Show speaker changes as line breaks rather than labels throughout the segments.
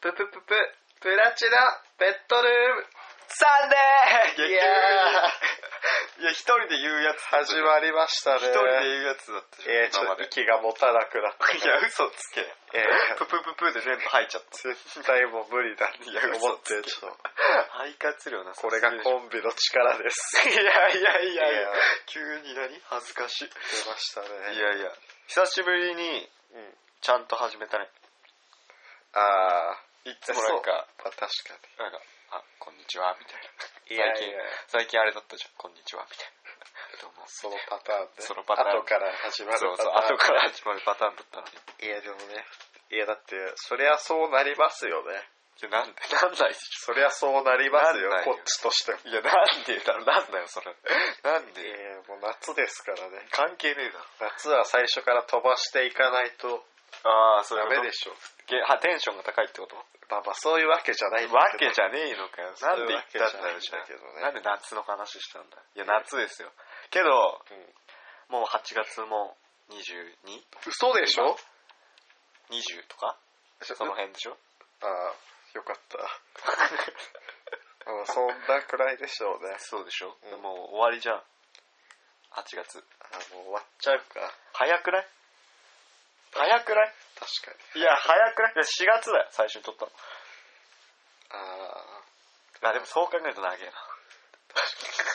ププププ、プラチナベッドルーム
サンデー
いや
いや、一人で言うやつ。
始まりましたね。
一人で言うやつだった
えー、ちょっと
で。
息が持たなくなった。
いや、嘘つけ。
え
ププププで全部吐いちゃった。
ー、絶対もう無理だって思って、
いや嘘つけ
ちょっと、
肺活量なさ
これが
い
コンビの力です。
やいやいやい
い
や
や、
急に何恥ずかしい。い
出ましたね。
やいや、久しぶりに
うん。
ちゃんと始めたね。
あー、い
つもなんか、
まあ、確か
なんか、あ、こんにちは、みたいな。
に。いや
最
い
近
や、
最近あれだったじゃん、こんにちは、みた いな。どうも。
そのパターンね。
そのパターン
後から始まる
そう
パ
そう、
ターン。
後から始まるパターンだったのに。
いや、でもね。いや、だって、そりゃそうなりますよね。
いや、なんで、なんないでし
そりゃそうなりますよ
なんな、いよ
こっちとしても。
ょ。いや、なんでだろ、なんだよ、それ。なん
い
で、
や、もう夏ですからね。
関係ねえだろ。
夏は最初から飛ばしていかないと
ああ、そ
ダ
ダメ
メ
で
で
し
しょ。
ょ。あ、テンションが高いってこと
まあまあそういうわけじゃないんだ
わ
け
け
ど
じゃねえのかよ。なんで言ったんだよ、じ
そういうわけじ
ゃあ
ゃないんだけどね
なんで夏の話したんだいや、夏ですよ。けど、
うん
もう8月も 22?20
嘘でしょ
とかその
あ
辺でしょ
あ、よか った。まあそんなくらいでしょうね。
そうでしょ、
うん
もう終わりじゃん。8月。
あもう終わっちゃうか。
早くない早くない
確かに。
いや、早くないいや、4月だよ、最初に撮ったの。
ああ、
あ、でもそう考えると長えな。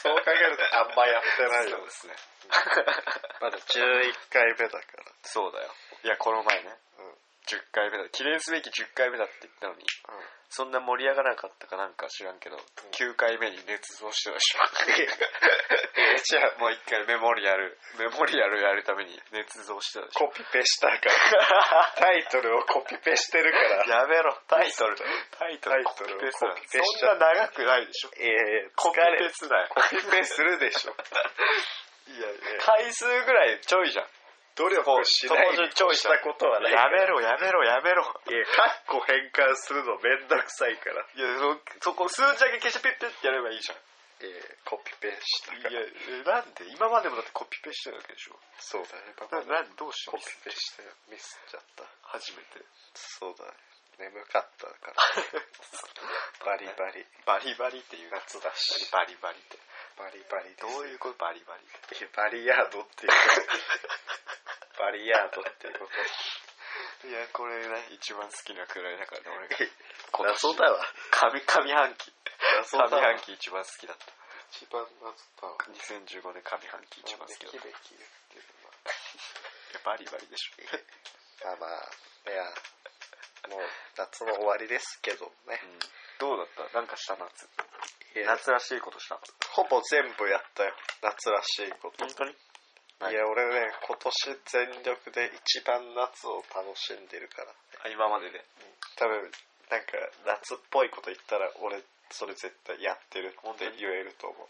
そう考えるとあんまやってないよ
そう。ですね。
まだ11回目だから。
そうだよ。いや、この前ね、
うん。うん。
10回目だ。記念すべき10回目だって言ったのに、 そんな盛り上がらなかったかなんか知らんけど、9回目に捏造してたでし
え、じゃ
ょ。もう一回メモリアル、メモリアルやるために捏造し てたでしょ。
コピペしたから。タイトルをコピペしてるから。
やめろ、タイトル。タイトル、
タイトルを
コピペすな
コピペしちゃ
そんな長くないでしょ。
ええ、
コ
疲
ピ
れ
ペすなよ。
コピペするでしょ。 いやいや、
回数ぐらいちょいじゃん。
努力しないに越したことはないから。
やめろ、やめろ、やめろ。
いや、カッコ変換するのめんどくさいから。
いや、そ、そこ数字だけ消してピッピッってやればいいじゃん。
えー、コピペした
い
か
や
ら。、
えなんで今までもだってコピペしてるわけでしょ。
そうだね、パパ
な、。なん、どうしよ
コ
う
ピ。ペしてミスっちゃった。
初めて。
そうだね。眠かったから。バリバリ。
バリバリっていう
夏だし。
バリバリって。
バリバリです
どういうことバリバリって。
えバリヤードっていう。バリヤードっていうこ
いや、これね、一番好きなくらいだからね、俺が。
と。謎だわ。
上、上半期。
謎だ
上
わ
半。期一番好きだった。
一番謎だわ。
2015年上半期一番好きだった。い
べき
や
言ってるな
バリバリでしょ。
まあまあ、いや、もう夏の終わりですけどね。
うんどうだったなんかした夏。
いや
夏らしいことした。
ほぼ全部やったよ。夏らしいこと。
当に
いや、俺ね、今年全力で一番夏を楽しんでるから。
あ今までで。
多分、なんか夏っぽいこと言ったら、俺、それ絶対やってるって言えると思う。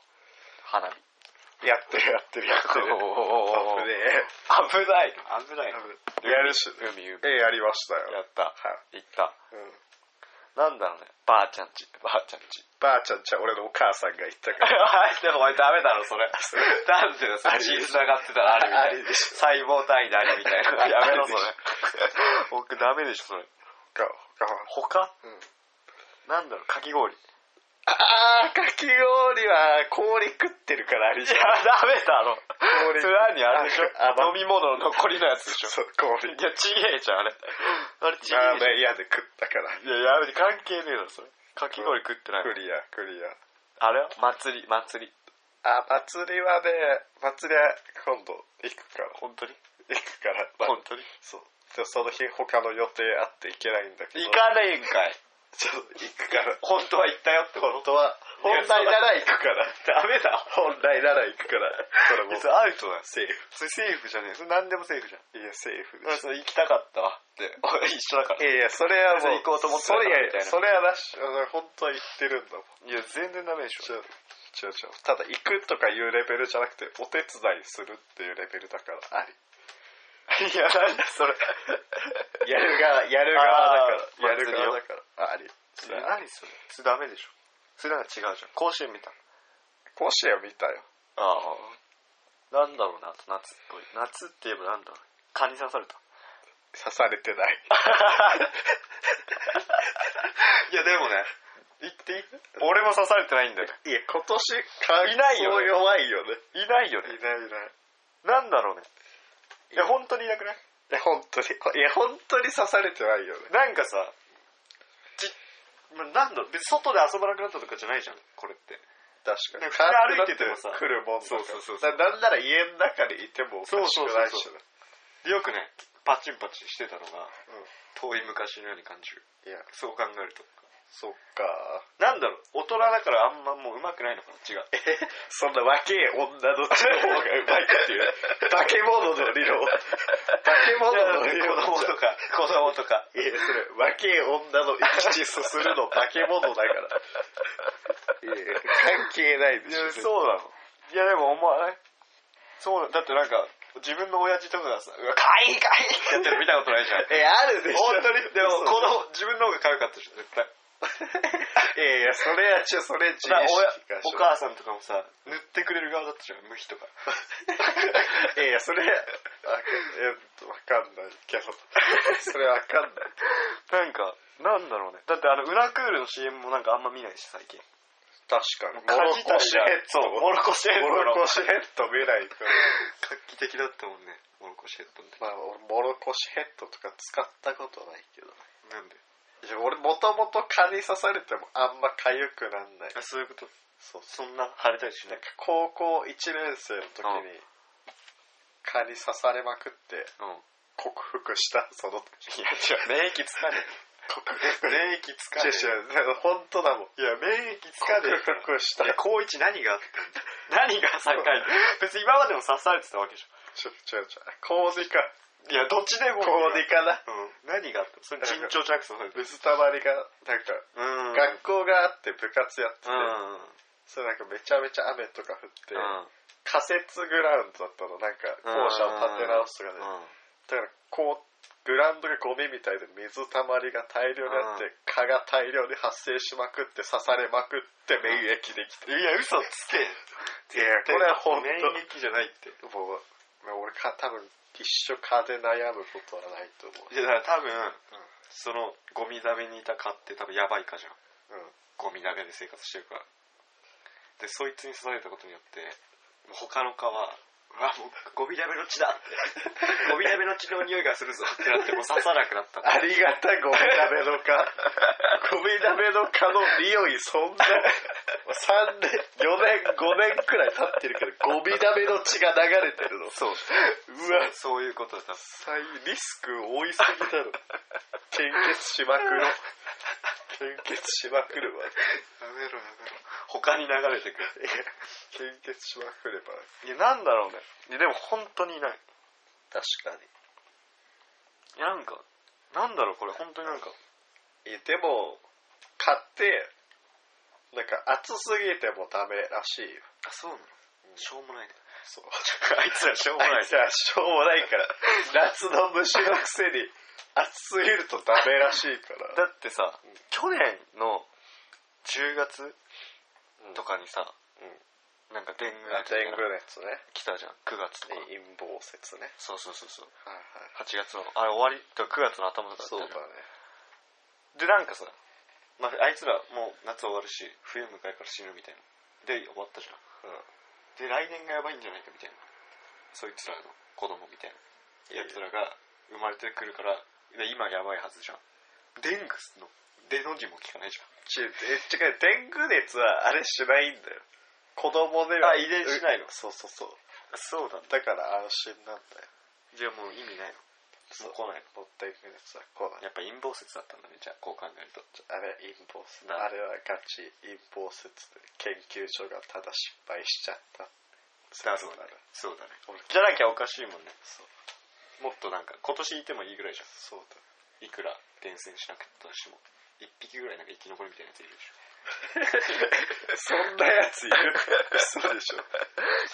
花火。
やってるやってるやって る。
お
危ね
危ない危ない
え。やるし。
海海や
え、やりましたよ。
った行った
うん
なんだろうねばあちゃんちばあちゃんち
ばあちゃんちゃ俺のお母さんが言った から。
でもお前ダメだろそれ なんでだよそれ血繋がってたらあ
あ
る
り
みたい
で
な
し
細胞単位 であるみたいなやめろそれ
あ
僕ダメでしょそれ
他他
他
うん
なんだろうかき氷い
あー、かき氷は氷食ってるからあれじ
や
ゃん。
ダメだろ
氷
それ何あれでしょ
あま
飲み物の残りのやつでし
そ
ょ
う、氷。
いやちげえじゃんあれ あれちげえじゃ
ラ
ん
ーメン屋で食ったから。
いや、やめて、関係ねえだろ、それ。かき氷食ってない。
クリア、クリア。
あれは祭り、祭り。
あ、祭りはね、祭りは今度行くから。
本当に
行くから。まあ
本当に
そう。で、その日他の予定あって行けないんだけど。
行かねえんかい。
ちょっと行くから。
本当は行ったよってこと
本当は、
い
本
や
来なら行くから。
ダメだ。
本来なら行くから。それもう、
それアウトだよ。
セー
それセーフじゃねえ。それ何でもセーフじゃん。
フ。いや、セーフ
だからそれ行きたかったわって。俺一緒だか
い
ら。
やいや、それはもう、
行こうと思って
そ
たから
れ
みたいな
それはなし、本当は言ってるんだもん。
いや、全然ダメでし
ち
ょ。
ょちょちょただ行くとかいうレベルじゃなくてお手伝いするっていうレベルだからあり
いや、なんだそれ。
やる側やる側だから
あー
やる側だからありそれあり
何それ。それダメでしょ。それなんか違うじゃん。甲子園見た。
甲子園見たよ
ああ。なんだろうな、あと夏っぽい。夏って言えばなんだろう。蚊に刺された。
刺されてない
いやでもね言っていい俺も刺されてないんだよ
いや、今年、
いないよね
弱いよね。
いないよ
いない
ね
いない。
なんだろうねいや本当にいなくない
いや、本当に。いや、本当に刺されてないよね。
なんかさち、まあ、なんだろう別に外で遊ばなくなったとかじゃないじゃんこれって
確
かに
歩いててもさ、
来
るもん
だ
そ
から
うそうそう。だなんなら家の中にいてもおかしくないしね。
でよくねパチンパチンしてたのが
うん
遠い昔のように感じる
いや、
そう考えると
そっか。
なんだろう大人だからあんまもう上手くないのかな違う
そんな若え女の血の方がうまいって いう、化け物の理 論。化け
子
物の理論
供
じゃ
と
ん。
か子供とか
いや、それ、若え女の生き血すす るの化け物だから。いや、関係ない
い
でし
や
ょ。
そうなのいやでも思わないそうだだってなんか自分の親父とかがさ「うわかいかい!」ってやってるの見たことないじゃん
え、あるでしょ。
本当にでも
そう
この自分の方がかわいかったでしょ絶対
いやいや、それはちょ、それ自意識
だから
が
親お母さんとかもさ塗ってくれる側だったじゃん無比とか
いやいや、そ れ、わかんないけ ど。それわかんない。
なんかなんだろうねだってあのウナクールの CM もなんかあんま見ないし最近
確かに。
モロコシヘッド
そう、
モロコシヘッド
モ
の
ロコシヘッド見ないと。
画期的だったもんねモロコシヘッドって
まあ、俺、モロコシヘッドとか使ったことないけど。
なんで
いや俺、もともと蚊に刺されてもあんま痒くなんない。
そういうこと
そうそう
そんな腫れたりし
なんか、高校1年生の時に、蚊に刺されまくって、
うん
克服した、その時。
いや違う免疫つかね
克
え
服
免疫つかねえ
違う違う、本当だもん。
いや、免疫つ
か
か
ね
ね
え
え
から
ら。高一何があった何が境別に今までも刺されてたわけでしょ。
ちょ、ちょ、ちょ、コーディカ、
いや、どっちでも。
コーディカだ。
うん。何があったそれ
なん
緊
か
張着想されてる。
水たまりが、なんか、
うん学
学校があって部活やってて、
校うん。
それなんかめちゃめちゃ雨とか降って、
うん
仮設グラウンドだったの、なんか校舎を建て直すとかで、だからこう、グラウンドがゴミみたいで水たまりが大量にあって、
う
蚊が大量に発生しまくって、刺されまくって免疫できて。
うん。いや、嘘つけ。
いや、これは本当
免疫じゃないって。
もう、まあ俺か、多分一生蚊で悩むことはないと思う。
いや、だから多分、その、ゴミだめにいた蚊って多分やばい蚊じゃん。
うん
ゴミだめで生活してるから。で、そいつに刺されたことによって、もう他の蚊は、うわ、もうゴミだめの血だ って。ゴミだめの血の匂いがするぞってなって、もう刺さなくなった。
ありがたいゴミ鍋の蚊。ゴミ鍋の蚊の匂いそんな、3年、4年、5年くらい経ってるけど、ゴミ鍋の血が流れてるの。
そう。
うわ、
そういうことだった。
最リスク多いすぎだろ。献血しまくろ。献血しまくるわ。
やめろやめろ。他に流れてくる。
いや献血しまくれば。
いや、なんだろうね。いや、でも本当にいない。
確か
いや、なんか、なんだろう、これ、本当になんか。
に。え、でも、買って、なんか暑すぎてもダメらしいよ。
あ、そうなのしょうもないね。
そう。
あいつらしょうもな
あ
い
い。つらしょうもないから夏の虫のくせに暑すぎるとダメらしいから
だってさ、去年の10月とかにさ、なんか伝
あ
達
天狗熱ね
来たじゃん。9月とか。
陰謀説ね
そうそうそうそう。
はい
8月の、あれ終わりとか9月の頭とかだったじ
そう
ゃ
だ
ん
ね
でなんかさ、まあ、あいつらもう夏終わるし冬迎えから死ぬみたいなで終わったじゃんで来年がやばいんじゃないかみたいなそいつらの子供みたいなやつらが生まれてくるからで今やばいはずじゃんデングスのデの字も聞かないじゃん
ちえ違う天狗熱はあれしないんだよ子供では
あ遺伝しないの
うそうそうそう
そうだ
だから安心なんだよ
じゃあもう意味ないの
そう
来ない
もう天狗熱は来ない
やっぱ陰謀説だったんだねじゃあこう考えると
あれ陰謀説
な
あれはガチ陰謀説で研究所がただ失敗しちゃった
だ
そうだね
そうだね
俺
じゃなきゃおかしいもんね
そう
もっとなんか今年いてもいいぐらいじゃん
そうだ
いくら伝染しなくったとしても一匹ぐらいなんか生き残りみたいなやついるでしょ
そんなやついる嘘でしょ。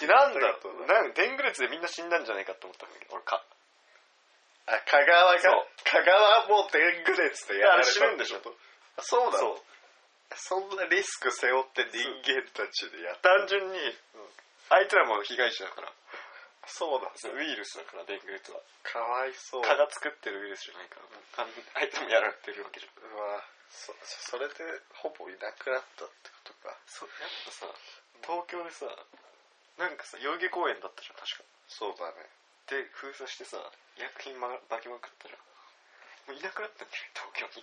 なんだ
と
なんデング熱でみんな死んだんじゃないかって思ったんだけど俺か
あ、香川が
そう、
香川もう天狗熱でやられたってことあそうだ
そう
そんなリスク背負って人間たちでやった。
単純に、あいつらも被害者だから
そうだ。
ウイルスだからデング熱は
かわいそう。
蚊が作ってるウイルスじゃないから、完全にあいつらもやられてるわけじゃん
うわそそれでほぼいなくなったってことか
そうやっぱさ東京でさなんかさ代々木公園だったじゃん確か
そうだね
で封鎖してさ医薬品まばきまくったじゃんもういなくなったんだよ東京に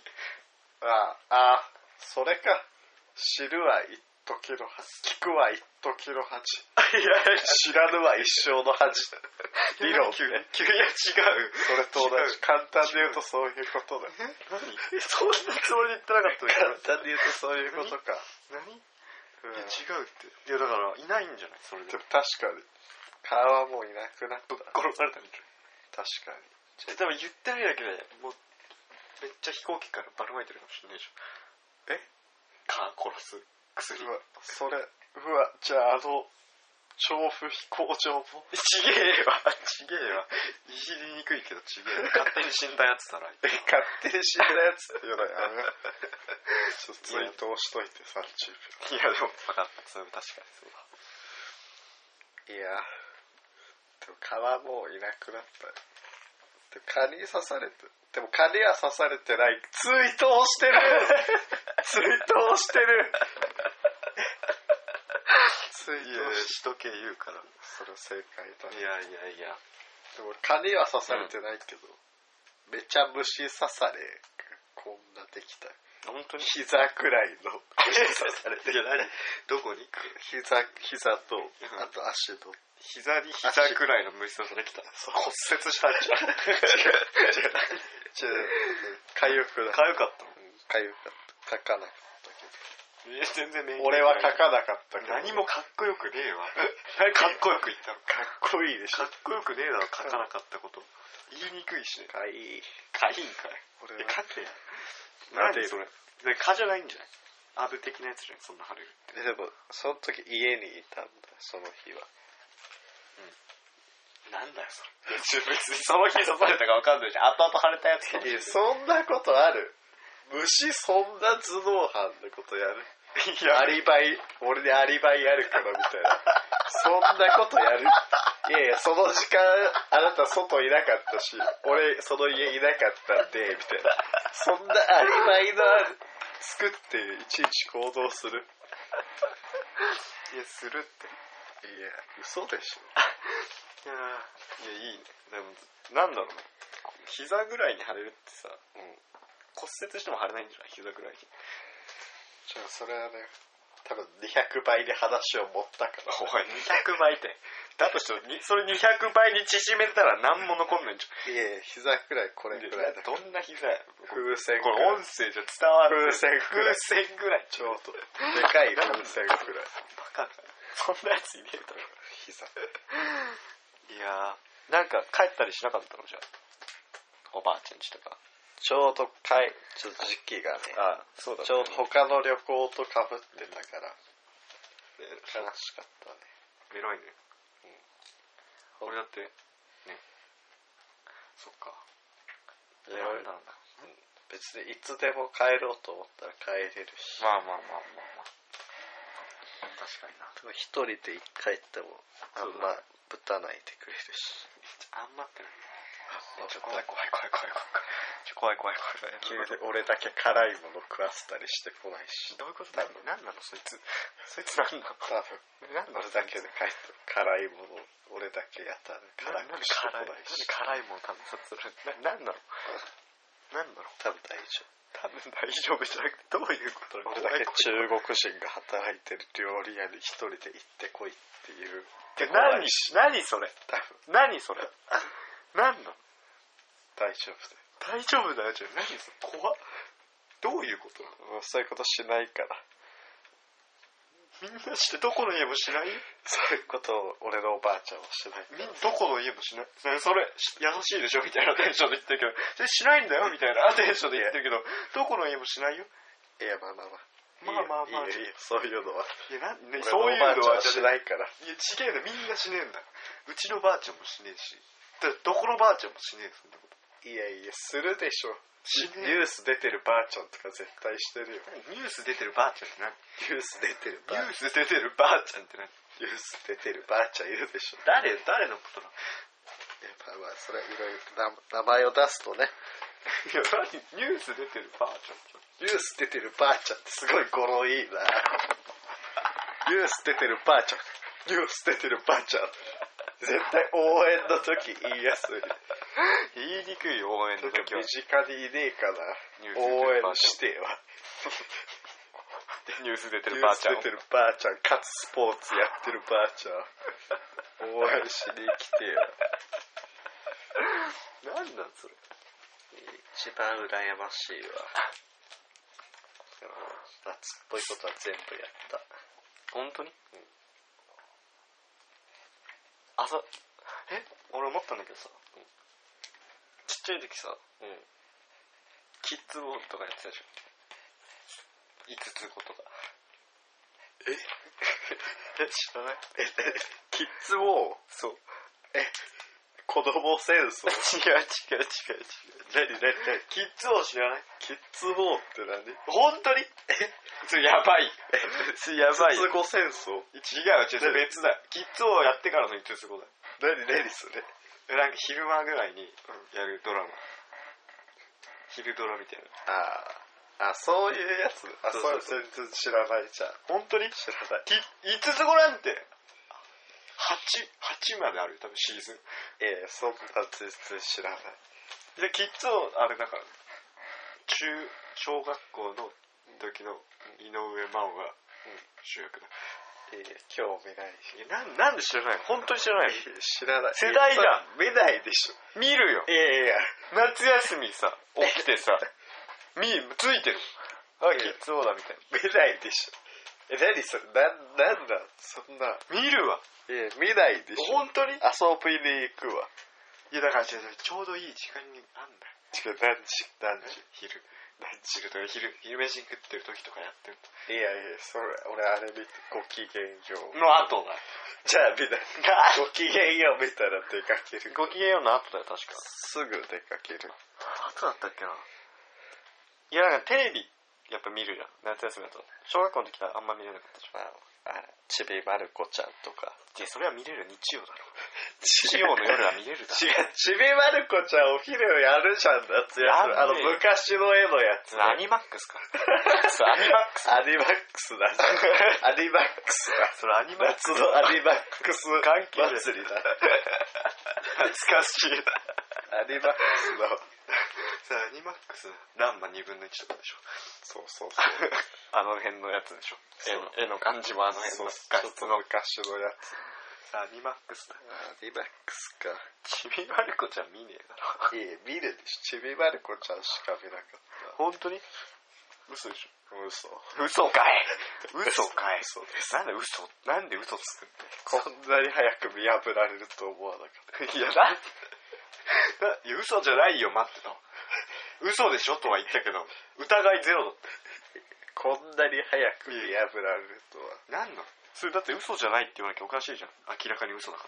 ああああそれか知るは一時の恥聞くは一時の恥
いや
知らぬは一生の恥 理論
急に
ね
急にいや違う
それと同
違
じ簡単に言うとそういうことだよ
え何そんなつもりで言ってなかったの
簡単に言うとそういうことか、
何い
うん、
や
でも
違うっていやだからいないんじゃないそれで
確かに顔はもういなくなった確
殺されたんじゃない
かに
ちょ多分言ってないだけでもうめっちゃ飛行機からばらまいてるかもしれないじゃん
え
蚊殺す薬
うわそれうわじゃああの調布飛行場も
ちげえわちげえわいじりにくいけどちげえわ勝手に死んだやつだな
え勝手に死んだやつって言うのや めようちょっとツイートをしといて30
いやでも分かったそれも確かにそうだ
秒いやでも蚊はもういなくなったよでも蚊に刺されてでも蚊には刺されてないツイートを してるツイートをして るツイー
い
トをし
しとけ言うからい
それ正解だね
やいやいや
でも蚊には刺されてないけど、めちゃ虫刺されこんなできた
本当に
膝くらいの 刺されて
いや何どこに
膝膝とあと足の
膝に膝くらいの無視されてきた骨折したんじゃん
ちょかゆくな
かゆかった
うんかゆかった書かなかったけ
のいや全然免疫
ど俺は書かなかったけど
何もかっこよくねえわかっこよく言ったの
かっこいいでし
か
ょ
っこよくねえだろ書かなかったこと言いにくいしね
かいい
かいんかい
俺
え
は
かってや
なんで
何それで蚊じゃないんじゃないアブ的なやつじゃないそんな腫れるって
えでもその時家にいたんだその日は
なんだよそれ別にその日刺されたかわかんないじゃん後々腫れたやつかもし
い
れ
や
ない
そんなことある虫そんな頭脳犯のことやる
い
アリバイ俺でアリバイやるからみたいなそんなことやるいやいやその時間あなた外いなかったし俺その家いなかったんでみたいなそんなアリバイの作っていちいち行動する
いやするって
いや嘘でしょ
いやーいやいいねでもなんだろうね膝ぐらいに腫れるってさ、骨折しても腫れないんじゃない膝ぐらいに
じゃあそれはね多分200倍で話を持ったから
おい200倍ってだとしてもにそれ200倍に縮めたら何も残んないんじゃん
いやいや膝くらいこれくらいだ
どんな膝や
風船
こ
く
れ
らい
音声じゃ伝わる
風船くらい
風船ぐらい
ちょうどでかい風船くらい
バカだそんなやついねえだろ
膝
いやーなんか帰ったりしなかったのじゃあおばあちゃんちとか
ちょうどかいちょっと時期がね
あそうだ
ちょうど他の旅行とかぶってたから悲しかったね
偉いね、俺だってねそっか
いや
なんだろうな
別にいつでも帰ろうと思ったら帰れるし
まあまあまあまあまあ確かにな
でも一人で一回行ってもあんまぶたないでくれるし
あんまってない
あんま
ちょ
ぶ
っと怖
た
い怖い怖い怖い怖いちょ怖い怖い怖い
急に俺だけ辛いもの食わせたりしてこないし
どういうことだろう何なのそいつそいつ何なの
多分
何なの
俺だけで帰っても辛いもの俺だけやたら
辛
辛
い
くしてこないし
辛いもん食べさせる何なの何なの
多分大丈
多分大丈夫じゃなくてどういうこと
夫俺だけ中国人が働いてる料理屋に一人で行ってこいっていう
何何それ
多分
何それ何なの
大丈夫だよ
大丈夫だよじゃあ何それ怖っどういうことな
も
の
うそういうことしないから
みんなしてどこの家もしない
そういうことを俺のおばあちゃんはしない
みんどこの家もしないそれそれし優しいでしょみたいなテンションで言ってるけどそれしないんだよみたいなテンションで言ってるけどどこの家もしないよ
いやまあまあまあ
まあまあま
い
あ
いよいいよそういうのはい
やなん、ね、
俺
そういう
の
の
おば
は
あちゃんはし
じゃあ
ないから
いやちげえなみんなしねえんだうちのばあちゃんもしねえしだどこのばあちゃんもしねえよそんなこと
いやいやするでしょ
しね
ニュース出てるばあちゃんとか絶対してるよ
えニュース出てるばあちゃんって何
ニュース出てるば
ニ
あ
ュース出てるばあちゃんって何
ニュース出てるばあちゃんいるでしょ
誰誰のことなの
いやまあまあそれはいろいろな名前を出すとね
いや何ニュース出てるばあちゃん
ニュース出てるばあちゃんってすごい語呂いいなニュース出てるばあちゃんニュース出てるばあちゃん絶対応援の時言いやすい
言いにくい応援
な
の
んか
時は
身近にいねえか
ニュー
な
ス出て
応援してよ
るばあちゃんニュース出て
ニュ
るば
ー
あ
ス
ちゃん
出
を
てるばあちゃんかつスポーツやってるばあちゃん応援しに来てよ
何なんそれ
一番羨ましいわでも夏っぽいことは全部やった
本当に、朝え俺思ったんだけどさ、ちっちゃい時さ
うん
キッズボールとかやってたじゃん5つ子とか
え
え知らない
えキッズウォー
そう
子供戦争
違う違う違う違う
何何何
キッズを知らない
キッズウォーって何
本当にそれやばいそれやばい
キッズ語戦争
違う違うそれ別だよキッズをやってからの5つ子だよ
何何それ
なんか昼間ぐらいにやるドラマ、昼ドラみたいな
あーあそういうやつあ
そう
そ
そう
れ全然知らないじゃん
本当に
知らない
き5つ子なんて88まであるよ多分シーズン
ええそんな全然知らない
でキッズをあれだから中小学校の時の井上真央が主役だ
ええ興味ない
いやなんなんで知らないの本当に知ら ないの
知らない
世代だ
え見ないでしょ
見るよ
いやいやいや
夏休みさ起きてさ 見ついてるあキッズ王だみたい
見ないでしょえ何それなんなんだそんな
な見るわ
ええ見ないでしょ
本当に
遊びに行くわ
いやだから違う違うちょうどいい時間にあんだよ
違う何時何時
昼何時とか昼昼飯食ってる時とかやってる
いやいや、それ、俺あれ見て、ご機嫌よう。
の後だ
じゃあ見ない。ご機嫌よう見たら出かける。
ご機嫌ようの後だよ確か
すぐ出かける。
後だったっけないやなんかテレビやっぱ見るじゃん夏休みだと小学校の時はあんま見れなかったじゃん
まあ、あれ、ちびまる子ちゃんとか。
いやそれは見れる日曜だろ
ち
日曜の夜は見れる だろ
違う、ちびまる子ちゃんお昼やるじゃん、夏休み。
やんねえ
あの、昔の絵のやつ。
アニマックスか それアニマックス
アニマックスだ。アニマックスだ。
それアニマックス
夏のアニマックス
関係ない
祭りだ。
懐かしいな
アニマックスの。
それアニマックスランマ2分の1とかでしょ
そうそうそう。
あの辺のやつでしょ絵の絵の感じもあの辺
そう
の
ちょ
画
っ
質
と
の
昔のやつ。
アニマックスだ
アニマックスか。
ちびまる子ちゃん見ねえだろ
いや見るでしょちびまる子ちゃんしか見なかっ
本当に嘘でしょ
た嘘
嘘かい嘘かい
嘘で
なんで嘘なんで嘘つくんだよ
こんなに早く見破られると思わなかった
いやなんないや嘘じゃないよ待ってた嘘でしょとは言ったけど疑いゼロだって
こんなに早く見破られるとは
何なのそれだって嘘じゃないって言わなきゃおかしいじゃん明らかに嘘だか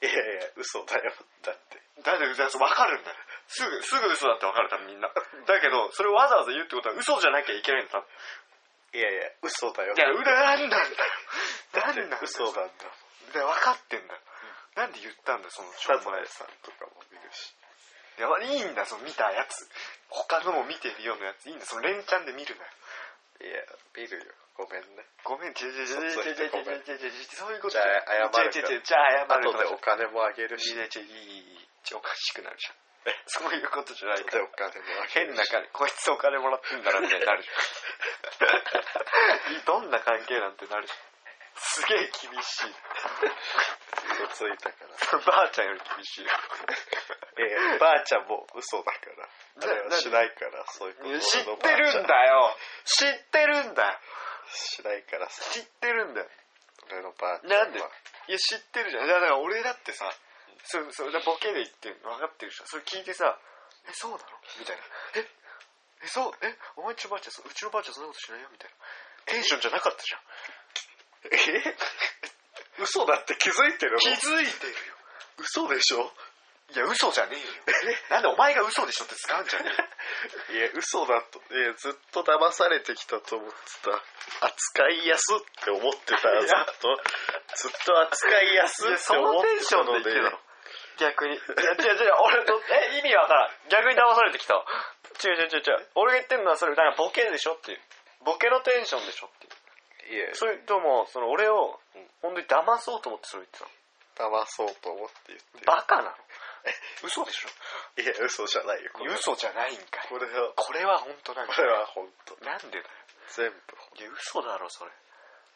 いやいや嘘だよだって
らだってだって分かるんだよすぐすぐ嘘だって分かる多分みんなだけどそれをわざわざ言うってことは嘘じゃなきゃいけないんだ多分
いやいや嘘だよ
いやうらなんなんだよ
だって
何なんだよ
嘘なんだもん
で分かってんだよなんで言ったんだよそのし
サ
ょう
ザ
もない
エさんとかも見るし
いやいいんだその見たやつ他のも見てるようなやついいんだその連チャンで見るなよ
いや見るよごめんね
ごめんちぇちぇちぇちぇちぇちぇちぇちぇちぇそういうこと
じゃあ謝る
ちぇ
か
ちぇちぇじゃあ謝る
後でお金もあげるし
ちぇちぇいいいいいいちぇおかしくなるじゃんそういうことじゃない
後で
か
お
ら
金もあげ
変
るし
な金こいつお金もらってんだなみたいにな るじゃんどんな関係なんてなるじゃんすげえ厳しい
嘘ついたから
ばあちゃんより厳しいよ
ええばあちゃんも嘘だから
な
あれはしないからそういうこと
いや知っ
俺のばあ
て
ちゃ
るんだよ知ってるんだよ
しないからさ
知ってるんだよ
俺のばあちゃんは
なんでいや知ってるじゃんいやだから俺だってさそそれボケで言ってんの分かってるでしょそれ聞いてさ「えそうなの?」みたいな「ええそうえお前んちのばあちゃんそううちのばあちゃんそんなことしないよ」みたいなテンションじゃなかったじゃん
え嘘だって気づいてるの
気づいてるよ
嘘でしょ
いや嘘じゃねえよ なんでお前が嘘でしょって使うんじゃねえよ
いや嘘だといやずっと騙されてきたと思ってた扱いやすって思ってた
い
ず
や
っとずっと扱いやすって思ってたの
いやそのテンションで言ってたの逆に。いや、違う違う、俺と、え、意味わからん。逆に騙されてきたわ。違う違う違う違う。俺が言ってんのはそれ、なんかボケでしょっていう。ボケのテンションでしょっていう。
いえ
それとも、その俺を、本当に騙そうと思ってそれ言ってたの。
騙そうと思って言って
バカなの 嘘でしょ
るいや嘘じゃないよこれは
嘘じゃないんかい。
これは
これは本当なん
こ
か
れは本当
なんでだよ。
全部本
いや、嘘だろ、それ。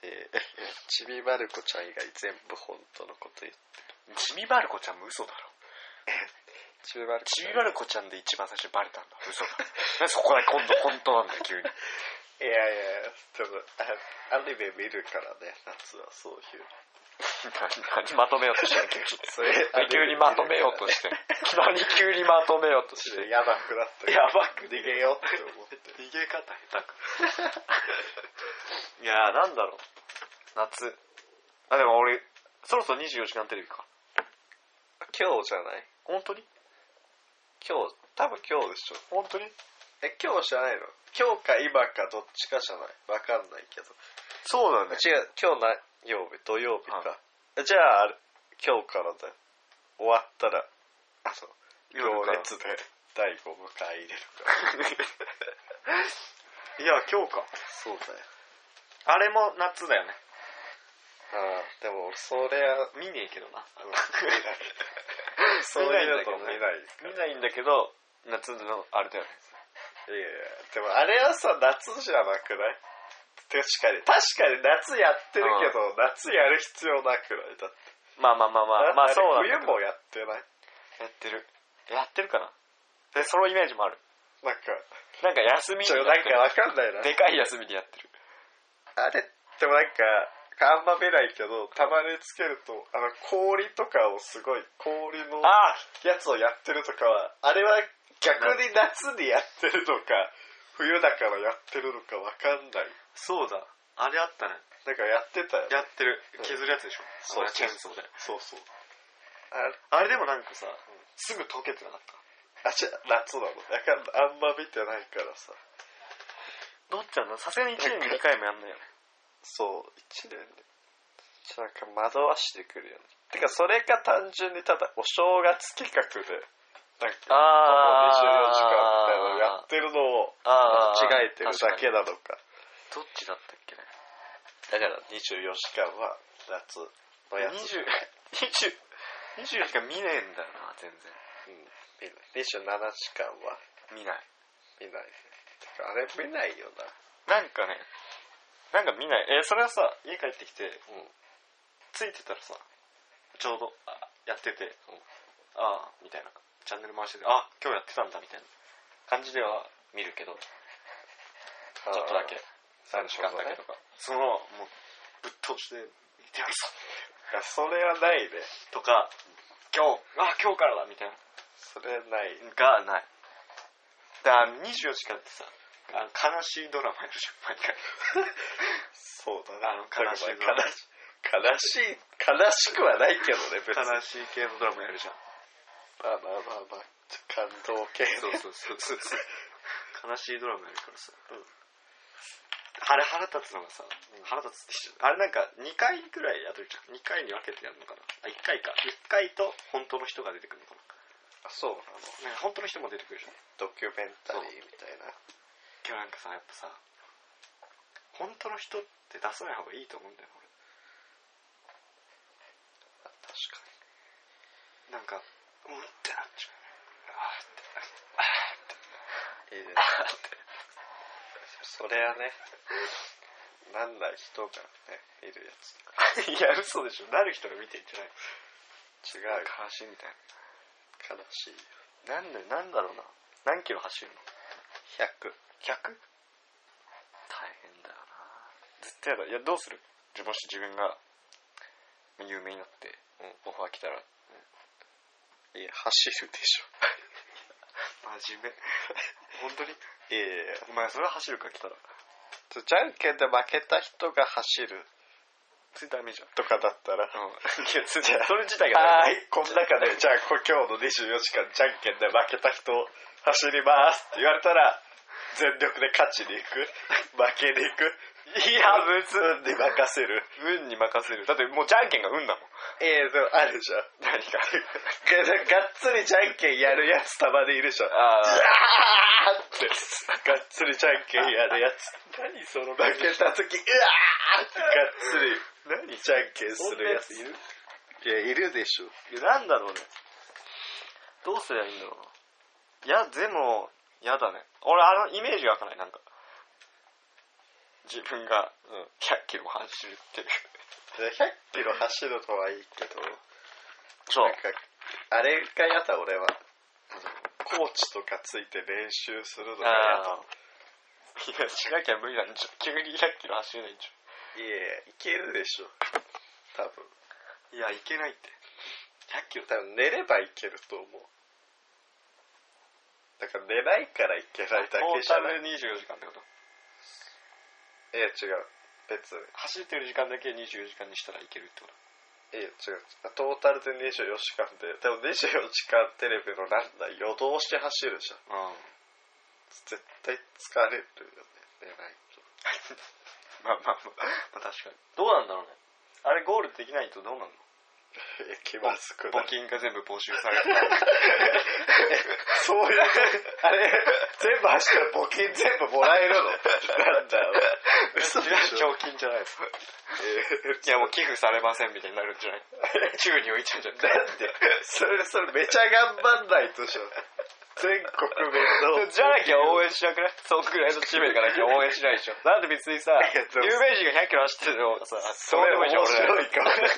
当ええちびまる子ちゃん以外全部本当のこと言って
ちびまる子ちゃんも嘘だろ。
ちびまる子
ち
ちゃ
び
ん
まる子ちゃんで一番最初にバレたんだ。嘘 だ。なんでそこだけ今度本当なんだよ、急に。
いやいやでもあアニメ見るからね夏はそういう
何まとめようとしてる急に
それ
急にまとめようとしてる何急にまとめようとし
ち
て
ょっと
る
やばくなった
やばく
逃げようって思って
逃げ方下手くいやーなんだろう夏あでも俺そろそろ24時間テレビか
今日じゃない
本当に
今日多分今日でしょ
本当に
え今日じゃないの今日か今かどっちかじゃないわかんないけど
そうだね
違う今日何曜日土曜日か、
は
じゃああれ今日からだよ終わったらあの
夜
行
から
列で第5部会入れるから
いや今日か
そうだよ
あれも夏だよね
ああでもそれは
見ねえけどな
うんそういうの見ないから
見ないんだけど夏のあれだよね
いやいやでもあれはさ夏じゃなくない確かに確かに夏やってるけど、夏やる必要なくないだって
まあまあまあまあまあ
れ
そうなんだけど
冬もやってない
やってるやってるかなでそのイメージもある
なんか
なんか休みに
ちょなんかわかんないな
でかい休みにやってる
あれでもなんかあんま見ないけどたまにつけるとあの氷とかをすごい氷の
あ
やつをやってるとかはあれは逆に夏にやってるのか冬だからやってるのかわかんない
そうだあれあったね
なんかやってたよね
やってる削るやつでしょ、
そう
あれチェーンソーで
そうそうあ
あれでもなんかさ、すぐ溶けてなかった
あじゃあ夏なのだからあんま見てないからさ
どっちなのさすがに1年に2回もやんないよね
そう1年でちょなんか惑わしてくるよねてかそれか単純にただお正月企画でなんか
あ
24
ー
時間みたいなのやってるのを
あー
間違えてるだけなのか
どっちだったっけね
だから24時間は夏のやつ、
2020 20しか見ねえんだよな全然
うん、見ない27時間は
見ない
見ないてかあれ見ないよな
なんかねなんか見ないえそれはさ家帰ってきて
うん
ついてたらさちょうどあやってて、ああみたいなチャンネル回しててあ今日やってたんだみたいな感じでは見るけどち
ち
ょっとだけ
な
3
る
時
ほ
間
ど
だ
ね
けとかそのもうぶっ通して見てやるぞ
あそれはないね
とか今日あ今日からだみたいな
それはない
がないだから24時間ってさあの悲しいドラマやるじゃん毎回
そうだ
あの悲し
悲
い
し悲しい悲しくはないけどね別に
悲しい系のドラマやるじゃん
まあまあまあまあちょ感動系
そう
の
そうそうそうそう悲しいドラマやるからさ、あれ腹立つのがさ腹立つって言っちゃうあれなんか2回ぐらいやるじゃん2回に分けてやるのかなあ1回か1回と本当の人が出てくるのか
そうなの
ななんか本当の人も出てくるじゃん
ドキュメンタリーみたいな
今日なんかさやっぱさ本当の人って出さない方がいいと思うんだよ俺
あ確か
なんかうんってなっちゃうあーって
にいい ねそれはねなんない人がねいるやつ
い や嘘でしょなる人が見てんじゃない
違
なん
う
か走みたい
悲しいよ
ななんだなんだろうな何キロ走るの
100
100? 大変だよな絶対やだいやどうするじゃあもし自分が有名になって、オファー来たら
いや走るでしょ
真面目本当に
いやいやいや
お前それは走るか来たら
じゃんけんで負けた人が走る
絶対ダメじゃん
とかだったら
うん、い やそれそれ自体が
は
ダメ
い、この中で、じゃあこ今日の24時間じゃんけんで負けた人、走りますって言われたら、全力で勝ちに行 く負けに行く
いやむず
運に任せる
運に任せるだってもうじゃんけんが運だもん
ええでもあるじゃん
何が
ががっつりじゃんけんやるやつたまにいるじゃん
ああ
あーってがっつりじゃんけんやるやつ
何その
負けた時うわーってがっつり何じゃんけんするやついるいやいるでしょ
いやなんだろうねどうすりゃいいんだろうないやでもやだね俺あのイメージが湧かないなんか自分が
うん
100キロ走るっていう
100キロ走るのはいいけど
そ
なんかあれが嫌だ俺はコーチとかついて練習するのが嫌だ
ああいやしなきゃ無理なんじゃ急に100キロ走れないんじ
いやいけるでしょ多分
ゃいやいけないって100キロ
多分寝ればいけると思うだから寝ないからいけないだ
ト
け
ー
じゃ
タ
ない
ル24時間ってこと
いや違う別に
走ってる時間だけ24時間にしたらいけるってこと
いや違うトータルで24時間ででも24時間テレビのなんだ夜通して走るじゃん
うん
絶対疲れるよね寝ないと
まあまあまあ、まあ、確かにどうなんだろうねあれゴールできないとどうなんの
いや気まずくな
募
る
金が全部募集され た
そういう、あれ、全部走ったら募金全部もらえるのなんだよ。嘘でしょ。
賞金じゃないですいやもう寄付されませんみたいになるんじゃない 宙に浮いちゃうんじゃ
な
ない
んで、それ、それめちゃ頑張んないとしょ。全国民の。
じゃなきゃ応援しなくないそんくらいの知名がなきゃ応援しないでしょなんで別にさ
いやでも
有名人が100キロ走ってるのがさ
それ面白い
か
かもね。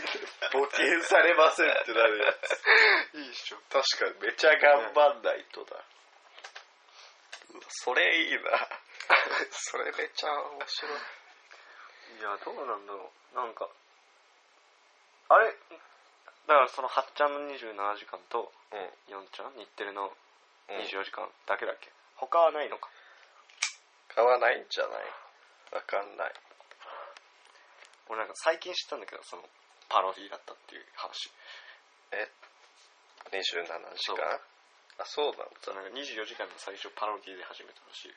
募金されませんってなるやつ。
いいっしょ
確かにめちゃ頑張んないとだ。うわそれいいな。それめちゃ面白い。
いやどうなんだろうなんかあれだからそのはっちゃんの27時間と
うん。
4ちゃん日テレの
うん
24時間だけだっけ、他はないのか
買わないんじゃないわかんない。
俺なんか最近知ったんだけどそのパロディだったっていう話
え27時間
そう
あそうなん
そうなんか24時間の最初パロディで始めたらしい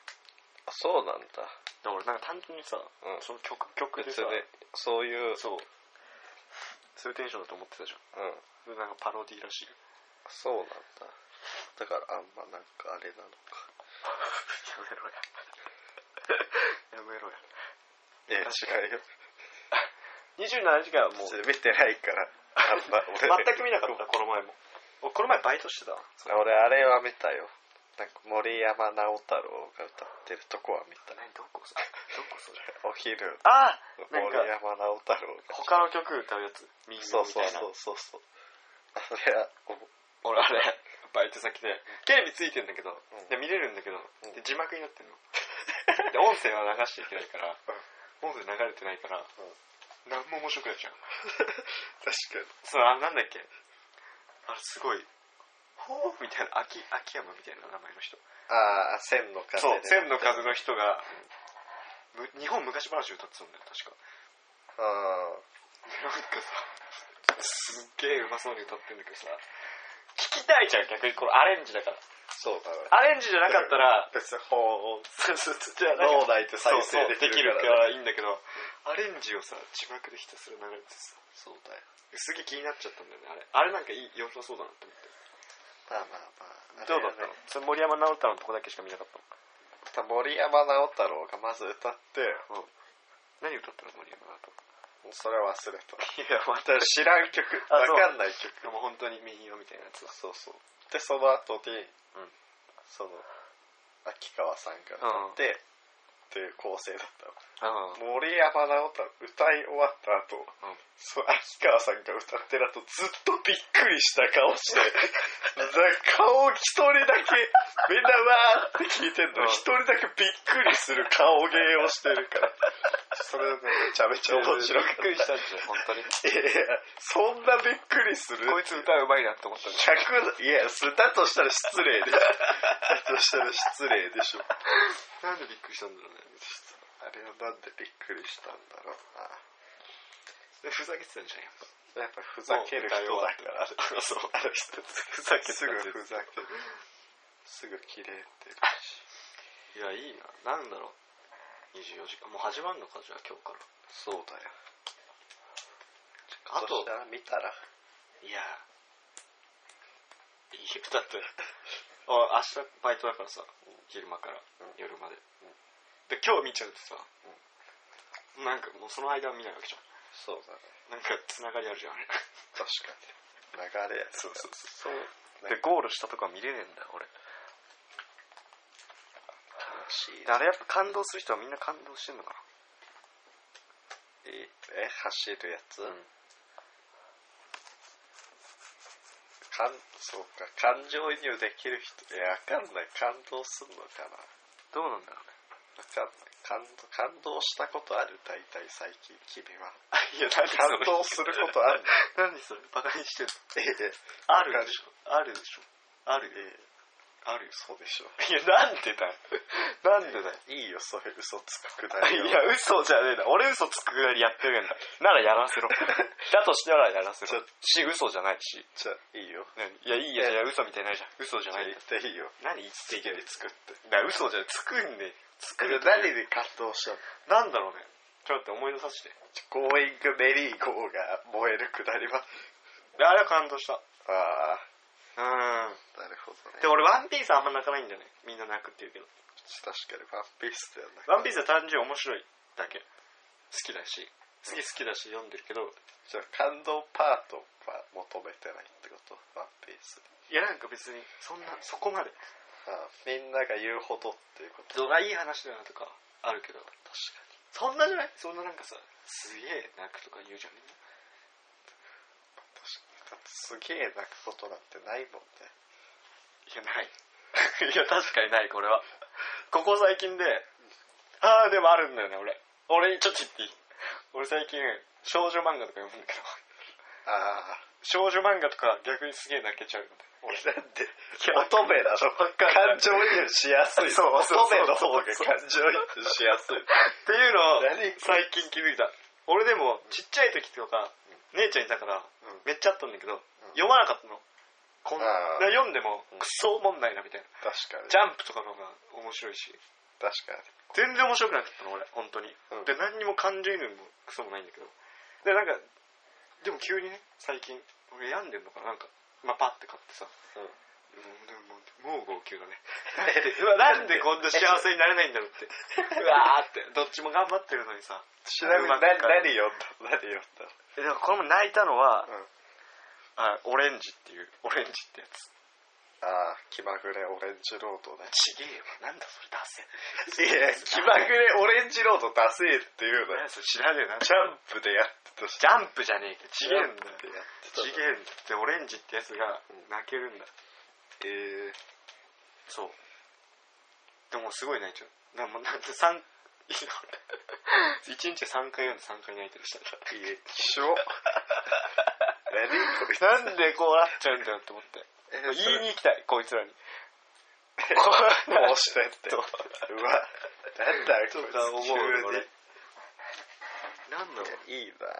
あそうなんだ
で俺なんか単純にさ、
ん
その曲曲で
別
さ
にそういう
そうそういうテンションだと思ってたじゃ
うんあ
んでなんかパロディらしいよ
そうなんだだからあんまなんかあれなのか
やめろや やめろや
いや違
確か
うよ
27時間はもう
それ見てないからあんま 俺
全く見なかったこの前も俺この前バイトしてたわ
俺あれは見たよなんか森山直太朗が歌ってるとこは見た
何どこそれどこそれ
お昼
ああなん
森
か
山直太朗が
他の曲歌うやつみんなみたいな
そうそうそうそうそうあれはお
俺あれバイト先でテレビついてんだけど、
ん
で見れるんだけど、
ん
で字幕にな ってんので音声は流しちゃいけないから音声流れてないから、なん、何も面白くないじゃん
確かに
そうあなんだっけあれすごいほうみたいな秋秋山みたいな名前の人
ああ千の風
そう
で
千の風の人がむ日本昔話歌ってたんだよ確か
ああ
なんかさすっげえうまそうに歌ってんだけどさ聞きたいじゃん逆にこれアレンジだから
そうだな
アレンジじゃなかったら
別に保温
じゃあ
脳内で再
そう
生
そう
でき
でき
る
るか
から、ね、
らいいんだけどアレンジをさ字幕でひたすら流れてさ
そうだよ
すげえ気になっちゃったんだよねあれあれなんかいい良さそうだなって思って
まあまあまあ
どうだったのそれ森山直太朗のとこだけしか見なかった
た森山直太朗がまず歌って
のうん何歌ったの森山直太
それは忘れ た
朗いやまた
知らん曲
あ
わ
そう
かんない曲
でも本当に民謡みたいなやつだ
そうそうでその後に、
うん
その秋川さんが歌って、っていう構成だったの
あ
森山直太朗歌い終わった後、
うん
そう秋川さんが歌ってる後ずっとびっくりした顔してなんか顔一人だけみんなわーって聞いてんの
うん
一人だけびっくりする顔芸をしてるからそれねめちゃめちゃ面白
びっ
く
くりしたんじゃん本 当
い
に
やそんなびっくりする
こいつ歌うまいなって思ったんじゃん
100いやそれだとしたら失礼でしょ だとしたら失礼でしょ
なんでびっくりしたんだろうね
あれはなんでびっくりしたんだろうな
でふざけてたんじゃんやっぱ
やっぱふざける人だから。
そう
あの人、ふざけすぐふざける。すぐキレてるし。
いや、いいな。なんだろう。24時間。もう始まるのか、じゃあ今日から。
そうだよ
あ
あ
と
と、見たら
いや、いいよ、だって。あ明日バイトだからさ、昼間から
ん
夜まで。
ん
で、今日見ちゃうとさ、なんかもうその間は見ないわけじゃん。
そうだね
なんかつながりあるじゃん、あれ。
確かに流れやつ
そうそう
そうそう
で、ゴールしたとか見れねえんだよ、俺。
楽しい
であれやっぱ感動する人はみんな感動してんのか
ええ走るやつ、
な。
感そうか感情移入できる人いやわかんない感動すんのかな
どうなんだろう ね。
わかんない感動感動したことある大体最近君はい
や、何
感動することある
何それバカにしてる。
ええ
あるでしょ。あるでしょ。ある
ええ
あるよ。
そうでしょ
いや、なんでだよ。 なんでだよ。
いいよそれ嘘つくくだ
い
りは
や、嘘じゃねえな。俺嘘つくぐらいやってるんだ。ならやらせ ろ。だとしたらやらせろ
ちょ。
し、嘘じゃないし。
じゃあいいよ
何いや、いいや、いや、嘘みたいにないじゃん。嘘じ
じ
ゃ
ゃあ
ない
言。っていいよ
何言っていけない。
作って
な、嘘じゃない。作んねえ。作る。
何に感動したの
なんだろうね。ちょっと待って思い出させて。
ゴーイングメリーゴーが燃えるくだりは
であれは感動した。
あ
うん。
あなるほどね
で、俺、ワンピースあんま泣かないんだよね。みんな泣くって言うけど。
確かにワンピースだよね
ワンピースは単純に面白いだけ。好きだし。好き好きだし読んでるけど。
じゃあ感動パートは求めてないってことワンピースに
いや、なんか別に、そんな、そこまで。
ああみんなが言うほどっていうこと
どがいい話だなとか、あるけど。
確かに
そんなじゃないそんななんかさ、すげえ泣くとか言うじゃん、みんな。
確かにだってすげえ泣くことなんてないもんね
いや、ない。 いや、確かにない、これは。ここ最近で、あー、でもあるんだよね、俺。俺、ちょっと言っていい俺最近、少女漫画とか読むんだけど、
ああ
少女漫画とか逆にすげえ泣けちゃうのね。俺
なんで
や
乙女なの感情移入しやすい
そうそう
乙女の方が
そう
感情移入しやすい
っていうのを
何
最近気づいた俺でもちっちゃい時とか姉ちゃんいたから
うん
めっちゃあったんだけど、読まなかったのこん
あー
で読んでも
うん
クソおもんないなみたいな、
確かに
ジャンプとかの方が面白いし
確かに
全然面白くなかったの俺本当に、
うん
で何にも感情移入もクソもないんだけどでなんかでも急にね最近俺病んでんのかななんか、まあ、パッて買ってさ
うん
もうもうもう号泣 だねうわなんでこんな幸せになれないんだろうって うわーってどっちも頑張ってるのにさ
ちなみに
うま
何
くいかない
何読んだの何読んだ
えでもこれも泣いたのは、
の、うん、
あオレンジっていうオレンジってやつ
ああ気まぐれオレンジロードね
ちげえよなんだそれ
い
出せ
や気まぐ れオレンジロードダセえっていうの
何それ知らねえな
ジャンプでやってたし
ジャンプじゃねえけどちげえんだ
ジャンプでやってた
ちげえんだってオレンジってやつが
うん
泣けるんだ、
えー、
そうでもすごい泣いちゃうなもうなんて3 一日3回読んで3回泣いてるし
い
た
や気 象何 これ
なんで こうなっちゃうんだよって思って
え
言
それ
いに行きたいこいつらに
こうしてって
そう
うわなんだよ
と
こ
か思うよ
れ
俺なんだろう
急にいいな感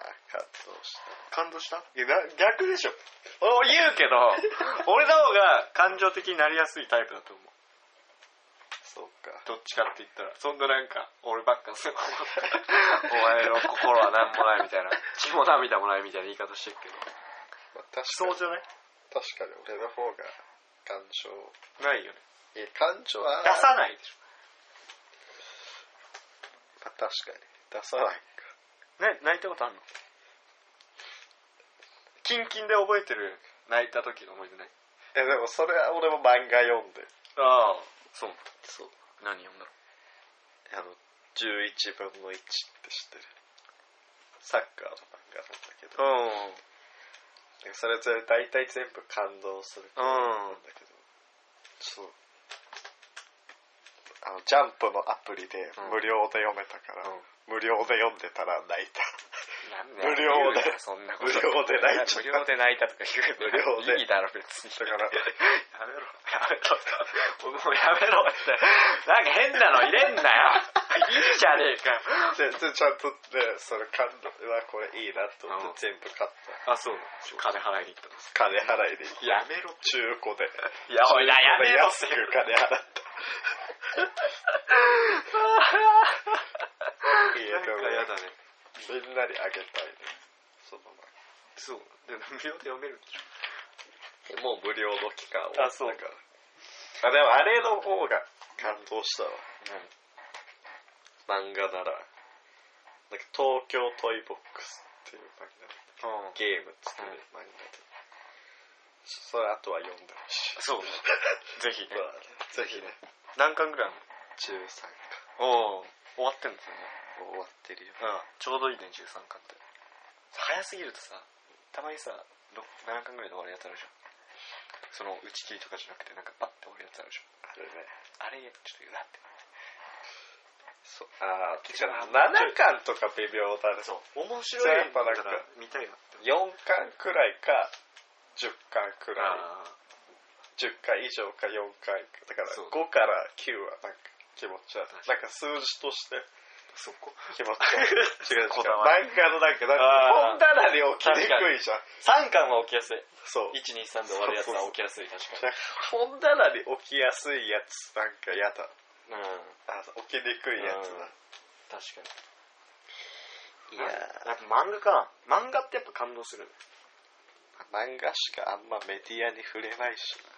動した
感動したいやな逆でしょ俺言うけ ど俺の方が感情的になりやすいタイプだと思う
そうか
どっちかって言ったらそんななんか俺ばっかすごいお前の心は何もないみたいな血も涙もないみたいな言い方してるけど
まあ確
そうじ
かに
ゃない
確かに俺の方が感情
ないよね
いや感情は
出さないでし
まあ確かに出さないか
ょ、ね、泣いたことあるのキンキンで覚えてる泣いた時の思い出ない
いやでもそれは俺も漫画読んで
ああそう
そう
何読んだろ
あの11分の1って知ってるサッカーの漫画なんだけど
う
それぞれ大体全部感動する
うんうん
なんだけどそうあのジャンプのアプリで
うん
無料で読めたから、
うん
無料で読んでたら泣い た
なん
無料で
言うなそんなこ
無
と
料で泣いちゃった
無料で泣いたとか言う
無料で
いいだろ別に
だから
やめろやめろもうやめろってなんか変なの入れんなよいいじゃねえかよ
ででちゃんとねそれ感動うわこれいいなと
う
思
ん
って全部買った
あそう金払いに行ったの
金払いで
やめろ
中古で
いやおいややめろ
安く金払ったいやでも
なんかやだね
みんなにあげたいねそのま
そうでも無料で読めるんでしょ
まもう無料の期間を
あそう
だからあでもあれの方が感動したわ漫画ならなんか東京トイボックスっていう漫画
うん、うん、
ゲームっつってね、漫画でそれあとは読んでほしい
そうねぜひね
まあぜひね
何巻ぐらいある
13巻
のおお終わってんですよね
終わってるよ
うんちょうどいいね13巻って早すぎるとさたまにさろ7巻ぐらいで終わるやつあるじゃんその打ち切りとかじゃなくてなんかパッて終わるやつあるじゃ
あ
ん
れね
あれちょっとうわって
そうああてか7巻とか微妙だね
面白
じゃあ
い
やっぱなんか
見たいなって
4巻くらいか10巻くらい
あ
10回以上か4回かだから
そう
5から9はなんか気持ち悪い
確
なんか数字として
そこ
気持ち悪い 違う違う
こだわ
漫画のなんかなんか本棚に置きにくいじゃん
3巻は起きやすい
そう
123で終わるやつは起きやすい確か
なんか本棚に置きやすいやつなんかやだ
にうん
あ置きにくいやつだ
確かに
いやー
やっぱ漫画か漫画ってやっぱ感動するね
漫画しかあんまメディアに触れないしな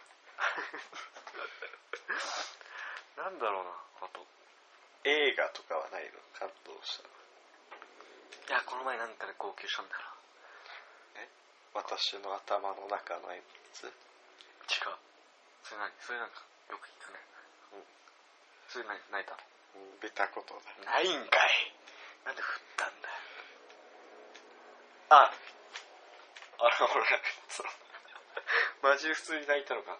なんだろうなあと
映画とかはないの感動した
いやこの前なんかで号泣したんだよな
私の頭の中のやつ
違うそれ何それなんかよく聞くねうんそれ何泣いた
うん見たことない
ないんかいなんで振ったんだよああら俺そうマジで普通に泣いたのか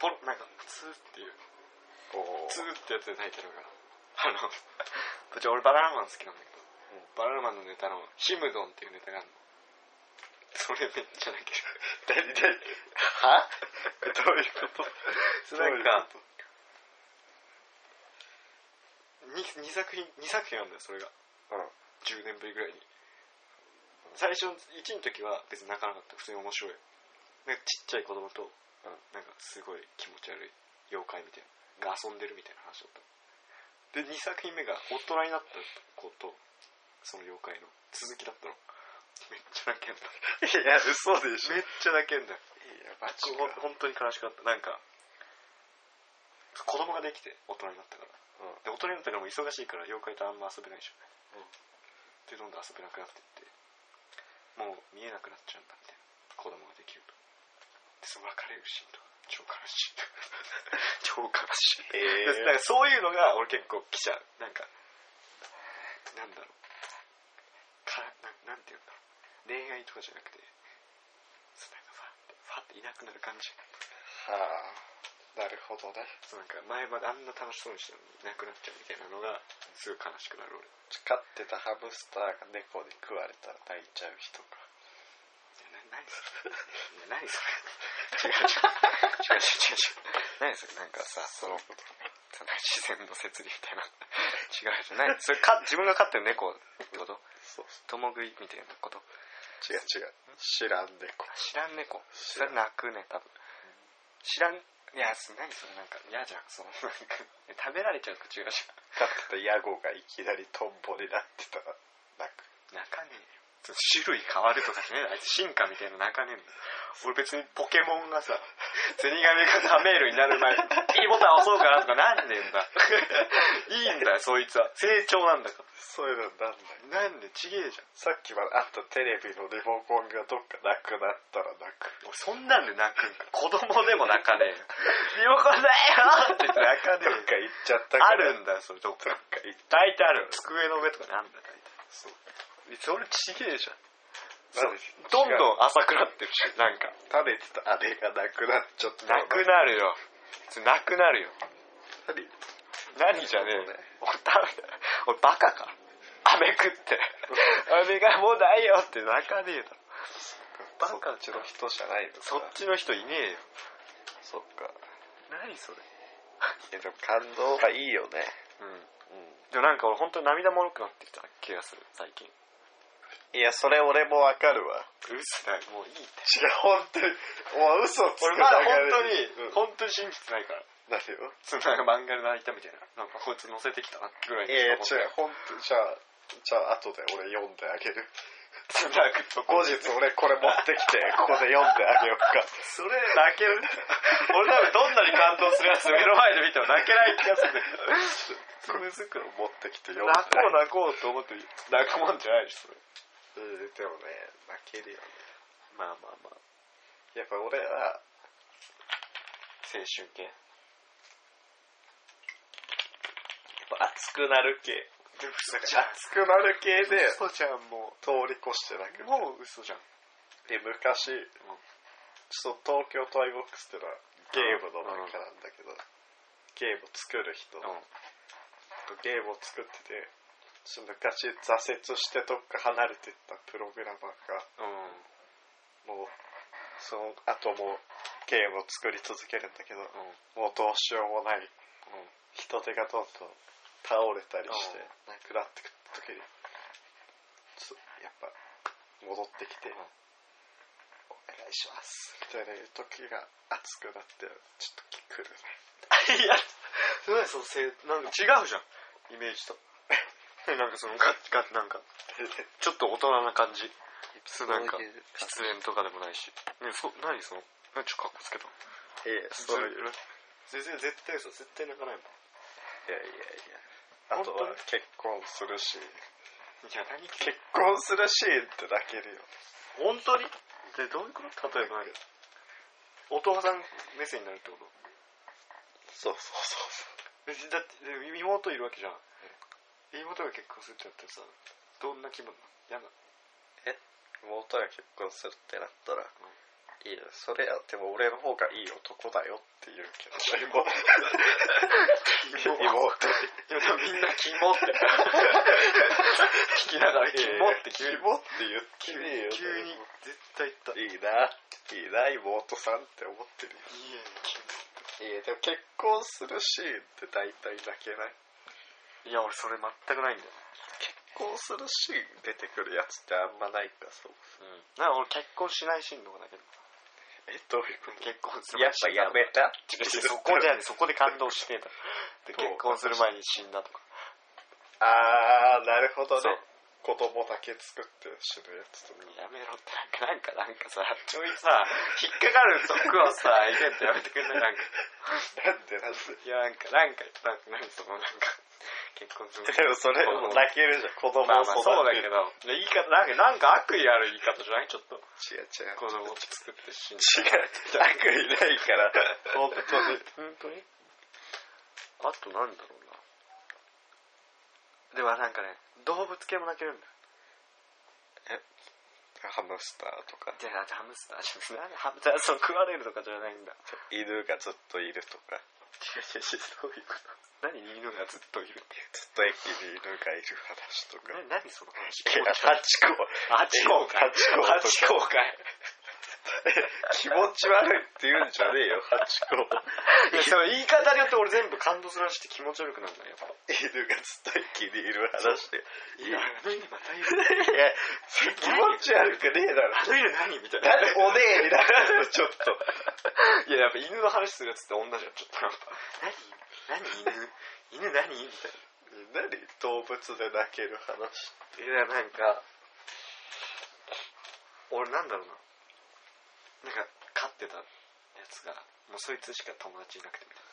ポロなんかツーっていう
お
ツーってやつで泣いたのかあの途中俺バナナマン好きなんだけど、
うん
バナナマンのネタの「ヒムドン」っていうネタがあるのそれめっちゃ泣ける
何何はどういうこと
なんか
どういうこ
に2作品2作品あるんだよそれが
とうん
10年ぶりぐらいに最初の1の時は別に泣かなかった普通に面白いなんかちっちゃい子供と、
うん
なんかすごい気持ち悪い妖怪みたいなが遊んでるみたいな話だったで2作品目が大人になった子とその妖怪の続きだったのめっちゃ泣けん
い
だ
や、嘘でしょ。い
めっちゃ泣け んだよ
や、マジ
ほん本当に悲しかったなんか子供ができて大人になったから
か。
で大人になったからもう忙しいから妖怪とあんま遊べないでしょでどんどん遊べなくなってってもう見えなくなっちゃうんだみたいな子供ができるとでその別れるシーンとか超悲しい 超悲しい、
えー
でなんかそういうのが俺結構来ちゃうなんかなんだろうかななんて言うんだろう恋愛とかじゃなくてそうなんかファってファっていなくなる感じ
はあ、なるほどね。
そうなんか前まであんな楽しそうにしてたのにいなくなっちゃうみたいなのがすごい悲しくなる俺
飼ってたハムスターが猫に食われたら泣いちゃう人か。
な何それ何それ違う違う違う違う違う違う何それなんかさそのその自然の摂理みたいな違う違う何それか自分が飼ってる猫ってこと
そう
共食いみたいなこと
そう。違う違う。知らん猫。
知らん猫それ泣くね多分知らんいやそ何それなんか嫌じゃんそのなんか食べられちゃうと違うじゃん
飼ってたヤゴがいきなりトンボになってたら泣く。
泣かねえよ種類変わるとかじゃねえのあいつ進化みたいなの泣かねえの俺別にポケモンが さゼニガメがサメールになる前に P ボタン押そうかなとかなんねえんだいいんだよそいつは成長なんだか
そういうのなんだよ。
らなんでちげえじゃん
さっきまであったテレビのリモコンがどっかなくなったら泣く。
俺そんなんで泣くんだ子供でも泣かねえよリモコンだよって言って 泣か
ど
ねえ
っ
よ
か行っちゃった
あ
から。
るんだよそれどっ
ど
か
っか行っ
大体ある机の上とかにあんだよ大体
そう。
それちげえじゃん
なんで
どんど
違うん
浅くなってるしなんか
食べてたあれがなくなっちゃった
な
ら
くなるよなくなるよ
何
何じゃねえよ
そうね
俺食べ俺バカか飴食って飴がもうないよって泣かねえだろ
バカうちの人じゃないのか
そっちの人いねえよ
そっか
何それ
いやでも感動がいいよね
うんでもなんか俺本当に涙もろくなってきた気がする最近
いやそれ俺もわかるわ
うっすないもういいって
違う本当にもう嘘つく
俺まだ
流れ
本当に、
うん
本当に信じてないから
なるよ
そのなんか漫画で泣いたみたいな。なんかこいつ乗せてきたなぐらい
いやいや違う
にしか思って
本当じゃあじゃあ後で俺読んであげる
泣くと
後日俺これ持ってきて ここで読んであげようか
それ泣ける。俺多分どんなに感動するやつ目の前で見ても泣けない気がするんだけど。
それづくの持ってきて読んで
泣こう泣こうと思って泣くもんじゃないでしょ、それ。
うんでもね泣けるよね
まあまあまあ。
やっぱ俺は
青春系。
熱くなる系
でも嘘
熱くなる系で
嘘じゃん、も
通り越してな
う。
く
もう嘘じゃん。
で昔ちょっと東京トイボックスってのはゲームの中なんだけど、ゲーム作る人、
うん。
ゲームを作っててそのガチ挫折してどっか離れてったプログラマーが
うん。
もうその後もゲームを作り続けるんだけど、
うん。
もうどうしようもない
うん。
人手がどんどん倒れたりして
うん
なくなってく時につやっぱ戻ってきて
うん
「お願いします」みたいな時が熱くなってちょっと来るね
いや、それそのせなんか違うじゃん、イメージと。 なんかそのガッガッなんか、ちょっと大人な感じ。そうなんか、失恋とかでもないし。ね、そ、何その、何ちょっと格好つけたの
いやそういう
全然絶対嘘、絶対泣かないもん。
いやいやいやあとは
本当
結婚するし
いや、何
結婚するシーンって泣けるよ
本当にで、どういうこと例えば何お父さん目線になるってこと
そうそうそうそう
えだって、で妹いるわけじゃん。妹が結婚するってなったらさ、どんな気分な の嫌なの
妹が結婚するってなったら、いいよそれやっても俺の方がいい男だよって言うけど妹
妹いや、でもみんなキモって。 聞きな がら、キモって急に。
キモって言って
急
ねえ
に、
よ
急に、絶対言った。い
いいないいな妹さんって思ってるよ
いえ
いやでも結婚するシーンって大体泣けない
いや、俺それ全くないんだよ。
結婚するシーン出てくるやつってあんまないからそう
うん。なんか俺結婚しないシーンとかだけど。
えどういうこと
結婚する
やっぱやめた
違う違うそこじゃ ねそこで感動して た。で、
そう
結婚する前に死んだとか。
あーなるほど
そう
ね子供だけ作って死ぬやつとか
やめろって、なんか、なんか、なんかさ、ちょいさ、引っかかるとこを さ、いけんとやめてくんないなんか。
なんでなんで
いや、なんか、なんか、なんか、なんかその、なんか、結婚する前に
でもそれも泣けるじゃん子供を
まあまあ
育
そうだ
て
け
る
ど、言い方、なんか、なんか悪意ある言い方じゃないちょっと。
違う違う
子供を作って死んだ。
違う悪意ないから 本当に
本当にあとなんだろうな。ではなんかね、動物系も泣けるんだよ。
ハムスターとか
じゃあ、ハムスター、じゃあ、なんでハムスター、その食われるとかじゃないんだ。
犬がずっといるとか
違う違う違う、そういうこと。何犬がずっといるって。
ずっと駅に犬がいる話とか
な何その話。
いやハチ公
ハチ公かい。
ハチ公とか
ハチ公かい。
気持ち悪いって言うんじゃねえよハチ公
いや、その言い方によって俺全部感動するらしくて気持ち悪くなるんだよ、やっぱ。
犬がずっと駅にいる話 でいやいや
何またいる。
それ気持ち悪くねえだろ
あの犬何みたい
な
な。
んでおねえになるの ちょっと
いや、やっぱ犬の話するやつって女じゃん、ちょっとやっぱ。何何犬犬何みたいな。
何動物で泣ける話
いや、なんか、俺なんだろうな。なんか、飼ってたやつが、もうそいつしか友達いなくてみたい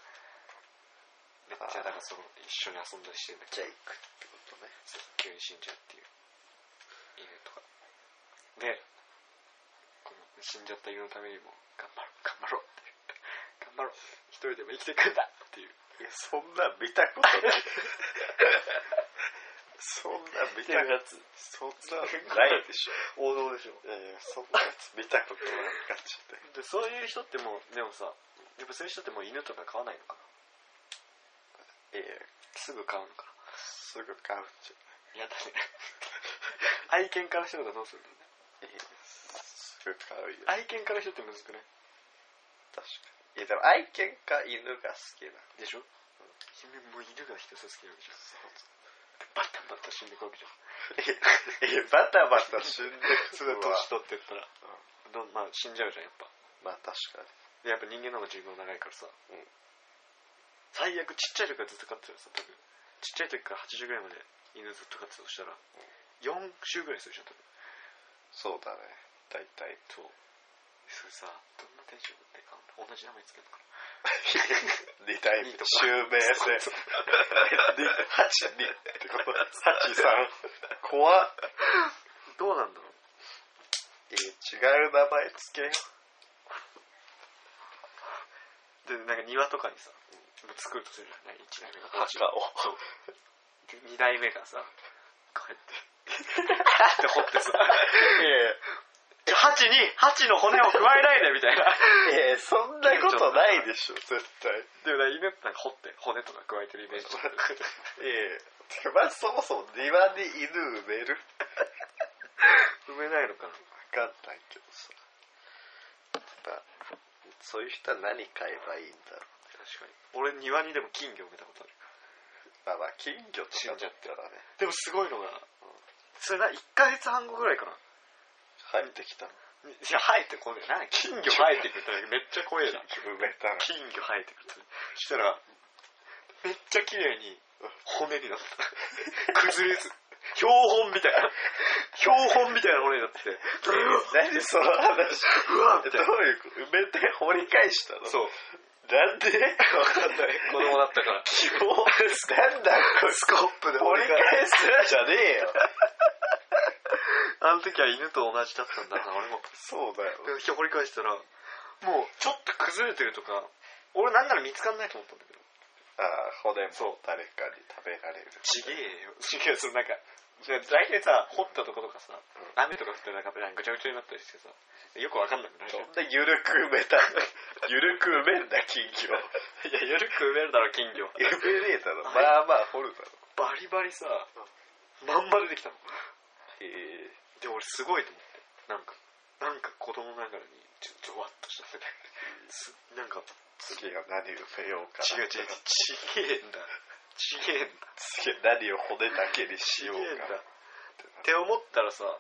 な。めっちゃ、だからその、一緒に遊んだりしてんだけど、
イクってことね
そう急に死んじゃうっていう。犬とか。で、この死んじゃった犬のためにも、頑張ろう、頑張ろうって。頑張ろう。一人でも生きていくんだっていう。
いやそんなん見たこと ないそんなん見
って
た
い
こと
うやつ
そんなんないでしょ
王道でしょ
いやいやそんなやつ見たことない感じで
でそういう人ってもうでもさやっぱそういう人ってもう犬とか飼わないのかない
や
すぐ飼うのか
すぐ買うんじ
ないやだね愛犬から人とかどうするの
ゃないいやすぐ買うよ確か
愛犬から人ってむずくない
にいやでも愛犬か犬が好きな
でしょ、犬もう犬が人そ好きなわけじゃんバタバタ死んでくわけじゃん
いやバタバタ死んでく
そ
る
れ
は
年取ってったら、どんまあ死んじゃうじゃんやっぱ
まあ確かに
でやっぱ人間の方が寿命長いからさ、
うん
最悪ちっちゃい時からずっと飼ってたらさ多分ちっちゃい時から80ぐらいまで犬ずっと飼ってたとしたら、4週ぐらいするじゃん多分
そうだね大体
そうそれさどんなテンションで飼うの同じ名前つけるのかな
リタイプ襲名
そ
戦
うそう
ハチリってことハチさん怖っ
どうなんだろう
いや違う名前つけよ
でなんか庭とかにさ作るとするじゃない1代目が
墓を
で2代目がさこうやってって掘ってさじゃあ 鉢に鉢の骨を加えないでみたいな
いやいやそんなことないでしょ絶対
でも犬ってなんか掘って骨とか加えてるイメージ
いやいやてかまずそもそも庭に犬埋める
埋めないのかな
分かんないけどさやっぱそういう人は何買えばいいんだろう
確かに俺庭にでも金魚埋めたことある
まあまあ金魚とかだったらね
でもすごいのが、それな1ヶ月半後ぐらいかな
入ってきたの
いや生えてこねえな金魚生えてくるってめっちゃ怖えな
埋め たら
金魚生えてくるそしたらめっちゃ綺麗に骨になった 崩れず標本みたいな標本みたいな骨になってて
何その話
うわみ
ど
たいな
ういうこと埋めて掘り返したの
そう
なんでわかんない
子供だったから
希望なんだこれ
スコップで
掘り返すじゃねえよ
あの時は犬と同じだったんだな俺も
そうだよ
で掘り返したらもうちょっと崩れてるとか俺なんなら見つかんないと思ったんだけど
ああ骨も誰かに食べられる
ちげえよちげえよそのなんかじゃあ大体さ掘ったとことかさ雨とか降ってなんかぐちゃぐちゃになったりしてさよくわかんなくなるじ
そ
ゃん
んなゆるく埋め たゆるく埋めんだ金魚
いや緩く埋めるだろ金魚
埋めねえだろまあまあ掘るだろ
バリバリさまんま出てきたの
へえ
で俺すごいと思ってなんかなんか子供ながらにちょっとゾワッとしたんだけどすなんか
次が何埋めようか
違
な
う違うちげえんだちげえんだ
次は何を骨だけにし
ちげ
よ
えん
うか
だ
な
って思ったらさ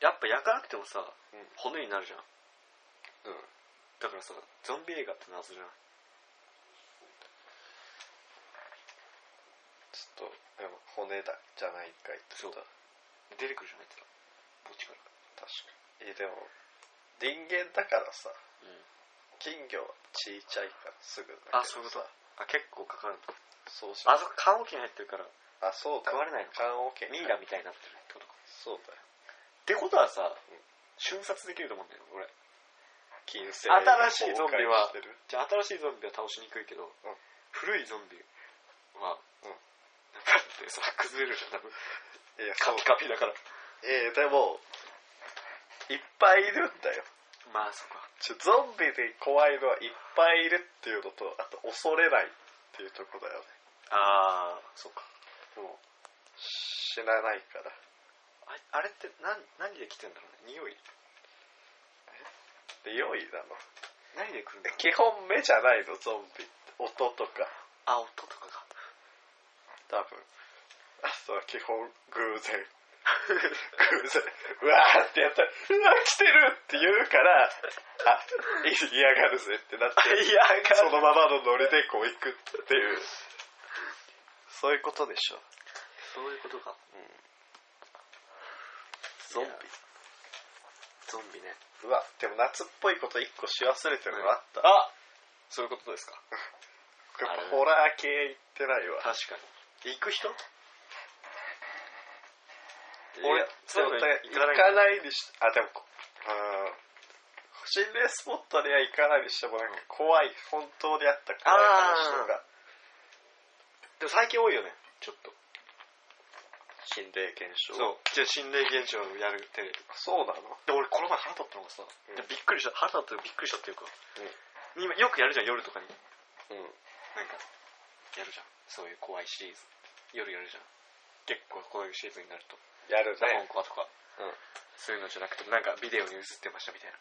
やっぱ焼かなくてもさ、
うん
骨になるじゃん
うん
だからさゾンビ映画って謎じゃない
ちょっとでも骨だじゃないんかいって
そう
こと
出てくるじゃないですか墓地から
確かにえでも人間だからさ
うん
金魚はちいちゃいからすぐだけどさ
あそういうことあ結構かかるんだ
そうし
あそこ棺桶に入ってるから
あそうだ
食われないの
缶オケ
ミイラみたいになってるってことか
そうだよ
ってことはさ、瞬殺できると思うんだよ俺
金星
新しいゾンビ
崩壊
は
してる
じゃあ新しいゾンビは倒しにくいけど、古いゾンビは、
うん
なんかってさ 崩れるじゃん多分
いや
カ
そう
ピカピだから
えーでもいっぱいいるんだよ
まあそこは
ちょゾンビで怖いのはいっぱいいるっていうのとあと恐れないっていうとこだよね
ああそうか
もう死なないから
ああれって何何で来てんだろうね匂い
で良いなの
何で来るんだろう
基本目じゃないのゾンビって音とか
あ音とかが
多分あとは基本偶然偶然うわーってやったら「うわ来てる!」って言うから「あ嫌がるぜ」ってなって
嫌がる
そのままのノリでこう行くっていうそういうことでしょ
そういうことか
ゾンビ
いやゾンビね
うわでも夏っぽいこと一個し忘れてるのあった、
あそういうことですかあれ
ホラー系行ってないわ
確かに行く人
俺
俺
でも
そういうの
行
行かない
かないにしあでもこうん心霊スポットには行かないにしてもなんか怖い本当にあった怖い話とか
でも最近多いよねちょっと
心霊現象
そうじゃあ心霊現象をやるテレビ
そうなの
で俺この前腹立ったのがさ、
ん
でびっくりした腹立ってびっくりしたっていうか、今よくやるじゃん夜とかに
うん
なんかやるじゃんそういう怖いシリーズ夜やるじゃん結構こういうシーズンになると
やる
ザ・本コアとか
うん
そういうのじゃなくてなんかビデオに映ってましたみたいな、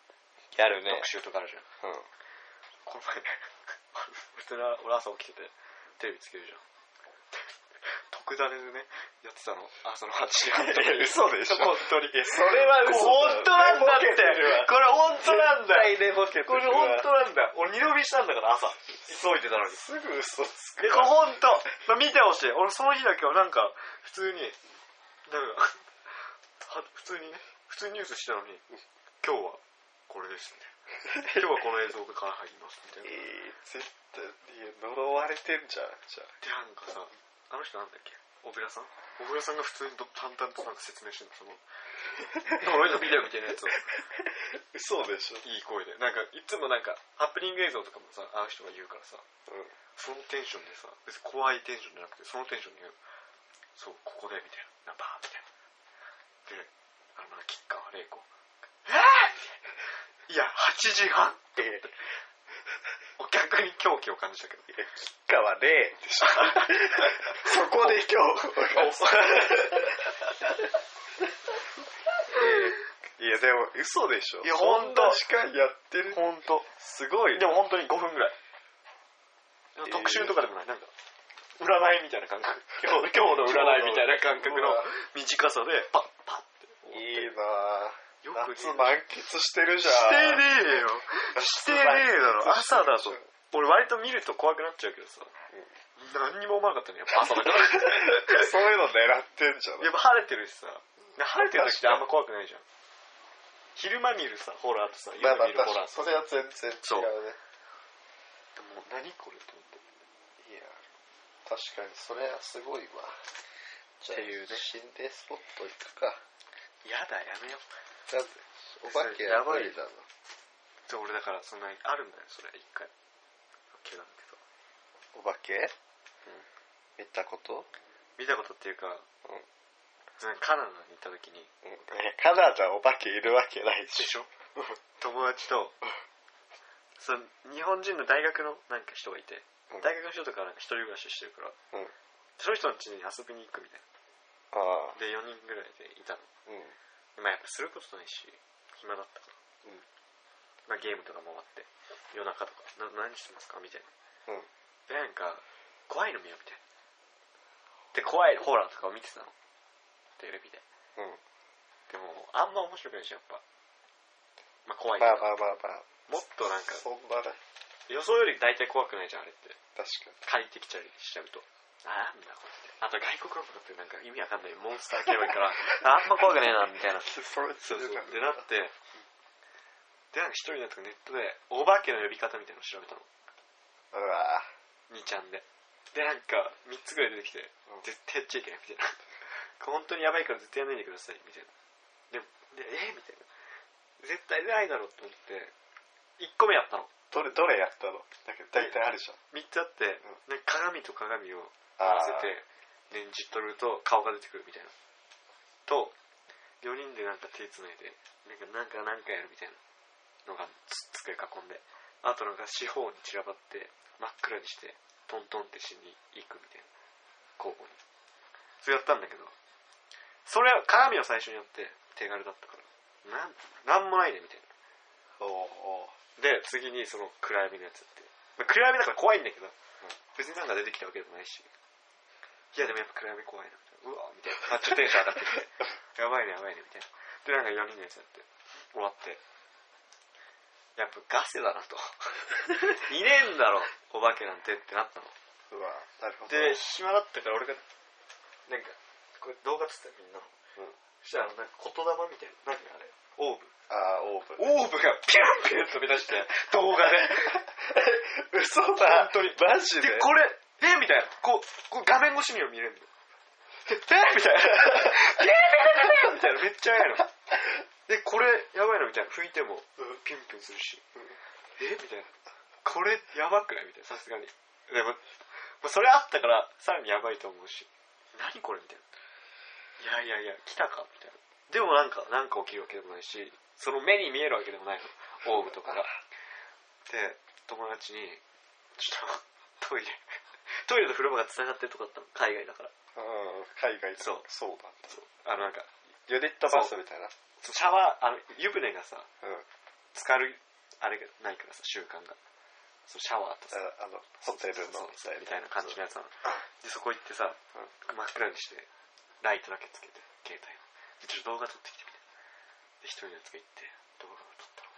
やる
特集とかあるじゃん
うん
この前普通に俺朝起きててテレビつけるじゃん特くだねでね、やってたの。あ、その8時半とか
いや嘘でしょ
本当に。
それは嘘
本当なんだって。これ本当なんだよ。
絶対寝ぼけてる
これ本当なんだ。俺二度見したんだから朝。急いでたのに。
すぐ嘘つく
で、これ本当。まあ見てほしい。俺その日だけはなんか、普通に、なんか、は普通にね、普通にニュースしたのに、今日はこれですね。今日はこの映像から入りますみたい
え
な。
ー絶対いや呪われてんじゃんじゃあ
でなんかさあの人なんだっけ小倉さん小倉さんが普通にど淡々となんか説明してるのその呪いのビデオみたいなやつを
嘘でしょ、
いい声でなんかいつもなんかハプニング映像とかもさあの人が言うからさ
うん
そのテンションでさ別に怖いテンションじゃなくてそのテンションで言うそうここでみたいなバーンみたいなであのなんかキッカーは玲子えー、いや8時半
えー
逆に狂気を感じたけど
いや吉川ね えでしょそこで今 日いやでも嘘でしょ
いやほんと
そんな時間やってる
本当
すごいね
でも本当に5分ぐらい。
えー
特集とかでもない、なんか、占いみたいな感覚。今日今日の占いみたいな感覚の
うわ
短さで、パッパッって。
いいなあ
よくね
夏満喫してるじゃん
してねえよ。してねえだろ。
夏
朝
満喫
だ
して
と
る。
俺割と見ると怖くなっちゃうけどさ。何にも思わなかったね、やっぱ朝だ から。や
そういうの狙ってんじゃん
っぱ晴れてるしさ。で晴れてる時ってあんま怖くないじゃん。昼間見るさ、ホラーとさ、夜
まあまあ
見るホ
確か
ラ
に
ーと。
それは全然違うね
もう何これと思って。
いや確かにそれはすごいわじゃあ
っていうね
心霊スポット行くか
やだ、やめよう。
なんでお化けやばいだな
じゃあ俺だからそんなにあるんだよそれ一回怪我だけど
お化け、見たこと、
見たことっていうか
うん
なんかカナダに行った時に
カナダお化けいるわけないで
で
し
しょ友達とその日本人の大学のなんか人がいて
うん
大学の人とかなんか一人暮らししてるから
ょ、うん、
その人の家に遊びに行くみたい
ああ
なで4人ぐらいでいたの
うん
まあやっぱすることないし暇だったから
うん
まあ、ゲームとかも終わって夜中とかな何してますかみたいな
うん
でなんか怖いの見ようみたいなで怖いホラーとかを見てたのテレビで
うん
でもあんま面白くないしやっぱまあ怖いけ
まあ
ど、
まあまあまあ
もっとなんか
そんなね
予想より大体怖くないじゃんあれって
確か
借りてきちゃうしちゃうとあなんだこれってあと外国の子ってなんか意味わかんないモンスター系多いから あんま怖くねえなみたいな
にそれ
そうそうでなってでなんか一人なんかネットでお化けの呼び方みたいなの調べたの
うわ
2ちゃんででなんか3つぐらい出てきて、
うん
絶対やっちゃいけないみたいな 本当にやばいから絶対やめないでくださいみたいなででえーみたいな絶対出ないだろうと思って1個目やったの
どれどれやったのだけど大体あるじゃん
3つあって、なんか鏡と鏡を合
あ
わ
あ
せて念じ取ると顔が出てくるみたいなと4人でなんか手つないでなんかなんかなんかやるみたいなのがつ机囲んであとなんか四方に散らばって真っ暗にしてトントンってしに行くみたいな交互にそれやったんだけどそれは鏡を最初にやって手軽だったからなんなんもないねみたいな
おお
で次にその暗闇のやつって、まあ、暗闇だから怖いんだけど、別になんか出てきたわけでもないしいやでもやっぱ暗闇怖いなみたいなうわーみたいなあちょっとテンション上がってき てやばいねやばいねみたいなでなんか4人のやつやって終わってやっぱガセだな といねえんだろお化けなんてってなったの
うわなるほど
で暇だったから俺がなんかこれ動画撮ってたよみんなの
うん
そしたらなんか言霊みたいな何あれオーブ
ああオーブン
オーブがピュンピュン飛び出して動画で
嘘
本
だ
当に
マジで
でこれえみたいなこうこう画面越しには見れるんだよえみたい なえみたいなめっちゃやいのでこれやばいのみたいな拭いても
うん
ピュンピュンするし
ん
えみたいなこれやばくないみたいなさすがにでももうそれあったからさらにやばいと思うし何これみたいないやいやいや来たかみたいなでもなんかなんか起きるわけでもないしその目に見えるわけでもないのオーブとかがで友達に「ちょっとトイレトイレと風呂場が繋がってるとこだったの海外だから
うん海外だ
そう
そうなんだ
あのなんか
ユニットバスみたいな
そうシャワーあの湯船がさ
うん
浸かるあれがないからさ習慣がそうシャワーとさ
ああのホテルの
そうそうみたいな感じのやつなのでそこ行ってさ、
う
真っ暗にしてライトだけつけて携帯をでちょっと動画撮ってきてみたいなで一人のやつが行って動画を撮ったの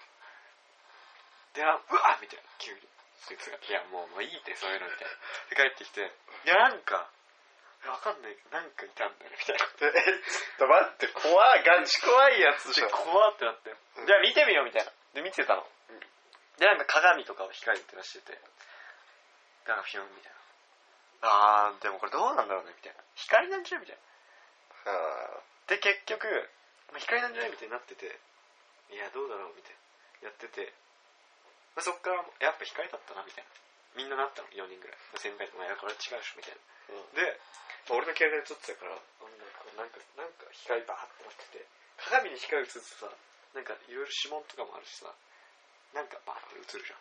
であうわっみたいな 急にそいつが「いやもうもういいってそういうの」みたいな で帰ってきて「いやなんかわかんないけどなんかいたんだよね」みたいな
えちょっと待って怖いガチ怖いやつじ
で
ゃん
怖ってなって
ん
じゃあ見てみようみたいなで見てたの、
ん
でなんか鏡とかを光ってらしててなんかピョンみたいなあーでもこれどうなんだろうねみたいな光なんじゃねみたいな
あ
で結局まあ光なんじゃないみたいになってていやどうだろうみたいなやってて、まあ、そっからやっぱ光だったなみたいなみんななったの4人ぐらい先輩とかいやこれ違うでしょみたいな
ー
で
俺の携帯撮ってたから
あなんかなんかなんか光バーってなってて鏡に光映すとさなんかいろいろ指紋とかもあるしさなんかバーって映るじゃん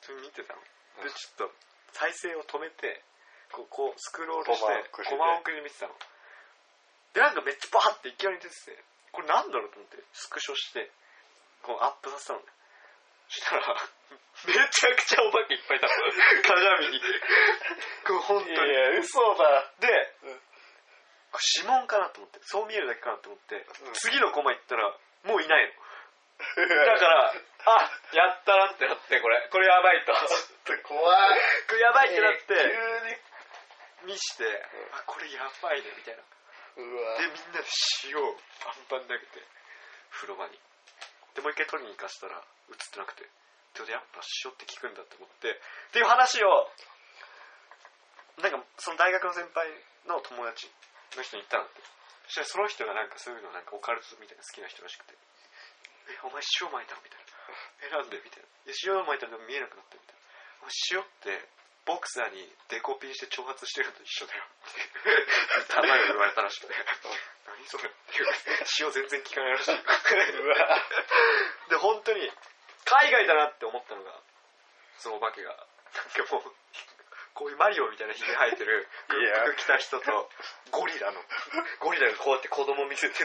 それ見てたので
うん
ちょっと再生を止めてこうこうスクロールして
コ
コ
マ
マ
送
送り見てたのでなんかめっちゃバーって勢いに出ててこれなんだろうと思ってスクショしてこうアップさせたのねしたら めちゃくちゃお化けいっぱいいたの鏡にこれ本当に
や嘘だ
で、
うん
これ指紋かなと思ってそう見えるだけかなと思って、
うん
次のコマ行ったらもういないのだ からあやったなってなってこれこれやばいとこ
ちょっと怖い
れ やばいってなって、
え
見して、あこれやばいねみたいな
ー急にうわ
でみんなで塩をバンバン投げて風呂場にでもう一回取りに行かしたら映ってなくてそれでやっぱ塩って効くんだと思ってっていう話をなんかその大学の先輩の友達の人に言ったのってそしたらその人がなんかそういうのなんかオカルトみたいな好きな人らしくて「えお前塩撒いたの?」みたいな「えなんで?」みたいな「いや塩撒いたの見えなくなった」みたいな「お前塩ってボクサーにデコピンして挑発してるのと一緒だよ」ってたまに言われたらしくて「何それ」っていう塩全然効かないらしいで本当に海外だなって思ったのがそのお化けがなんかもうこういうマリオみたいなひげ生えてる
いや
服着た人とゴリラのゴリラがこうやって子供見 せてる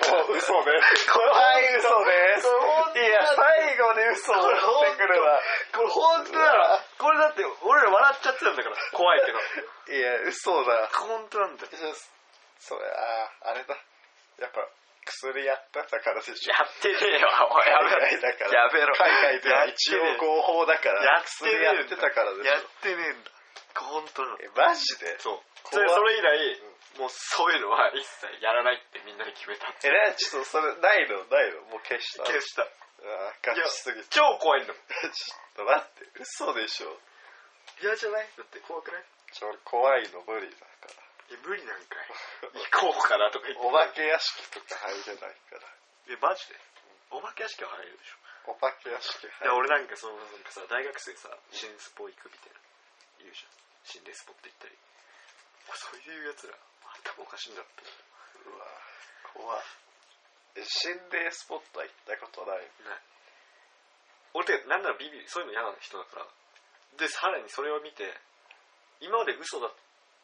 もう嘘ね
これ
はい嘘です
これ
いや
本
最後に嘘を持ってくるわ
当これ本当だろこれだって俺ら笑っちゃってたんだから怖いけど
いや嘘だ
本当なんだよ
それあーあれだやっぱ薬やったからでしょ
やってねえよおいやめろ
海外だから
やめろ
海外では一
やってねえ
応合法だから
やってねえん
薬
だ
やってたからでし
や
ょ
ってねえんだ本当なの
えマジで
そうそ
怖
れ
い
それ以来、もうそういうのは一切やらないってみんなで決めた
えらいちょっとそれないのないのもう消した
消した
あーガチすぎて
超怖いんだもん
ちょっと待って嘘でしょ
嫌じゃないだって怖くない
ちょ怖いの無理だから
いや無理なんかい行こうかなとか言って
お化け屋敷とか入れないから
えマジでお化け屋敷は入れるでしょ
お化け屋敷
いや
入
俺なんかそのなんかさ大学生さ新スポ行くみたいな言うじゃん新デスポって言ったりもうそういうやつら頭おかしいんだって
るわ怖いえ心霊スポットは行ったことない
ない俺ってなんならビビるそういうの嫌な人だからでさらにそれを見て今まで嘘だ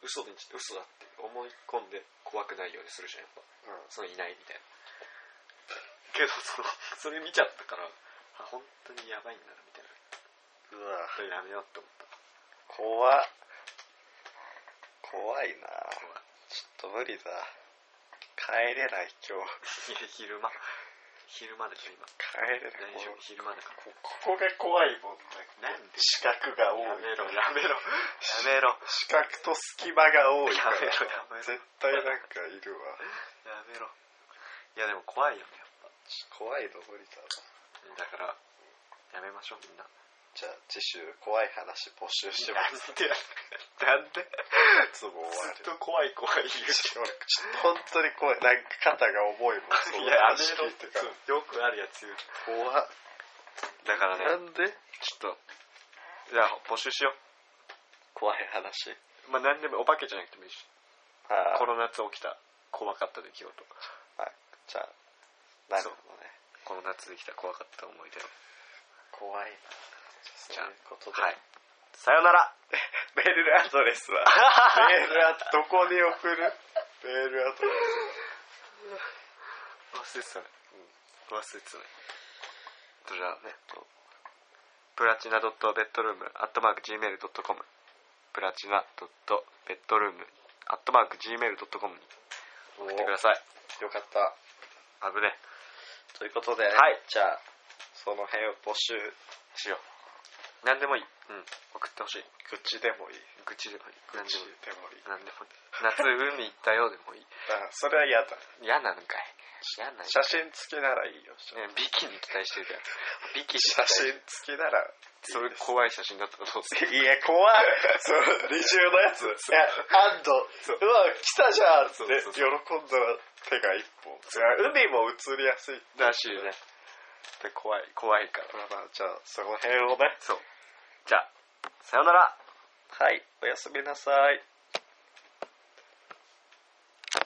嘘で嘘だって思い込んで怖くないようにするじゃんやっぱ
うん
そのいないみたいなけどそのそれ見ちゃったからあ本当にやばいんだなみたいな
うわ
本当にやめようって思った
怖っ怖いな
怖い
ちょっと無理だ帰れない今日
いや昼間昼間でしょ今
帰れな
大
い
丈
もう
夫昼間だから
こここが怖いもんね
なんで
四角が多
や
い
めろやめろやめろ
四角と隙間が多いから
やめろやめろ
絶対なんかいるわ
やめろいやでも怖いよねやっぱ
ちょ怖いの無理だな
だからやめましょうみんな
じゃあ次週怖い話募集して
な
ま
ん
す
でなんで
いつも終わ
ずっ
る
と怖い怖い言うし
ちょっと 本当に怖いなんか肩が重いもんそ
い
の
ややめ
話
ろ
聞いてから
よくあるやつ言う
怖っ
だから
な
ね
んで
ちょっとじゃあ募集しよ
怖い話
うまあ何でもお化けじゃなくてもいいし
あー
この夏起きた怖かった出来事
はいじゃあなるほどね
この夏できた怖かった思い出
怖いな
じゃ
そ
あ
ういうことで、
はいさよなら
メールアドレスはメールアドどこに送るメールアドレ
忘れてたね忘れてたねじゃあねプラチナドットベッドルームアットマーク Gmail.com プラチナドットベッドルームアットマーク Gmail.com に送ってください
およかった
あぶね
ということで、
はい
じゃあその辺を募集
しよう何でもいい、うん、送ってほしい
愚痴でもいい
愚痴でもいい
愚
何で
痴
もいい
でもいい
何でもいい夏海行ったよでもいい
あそれは嫌だ
嫌なのかい嫌なの
写真付きならいいよ写
ね、ビキに期待してるからビキし
真
て
付きならいいです
それ怖い写真だったらどうする
いや怖いそう二重のやついや安藤
そう
うわ来たじゃんって
そうそう
喜んだら手が一本いや海も映りやすい
らしいよねで怖い怖いから
まあまあじゃあその辺をね
そうじゃあさよなら
はいおやすみなさい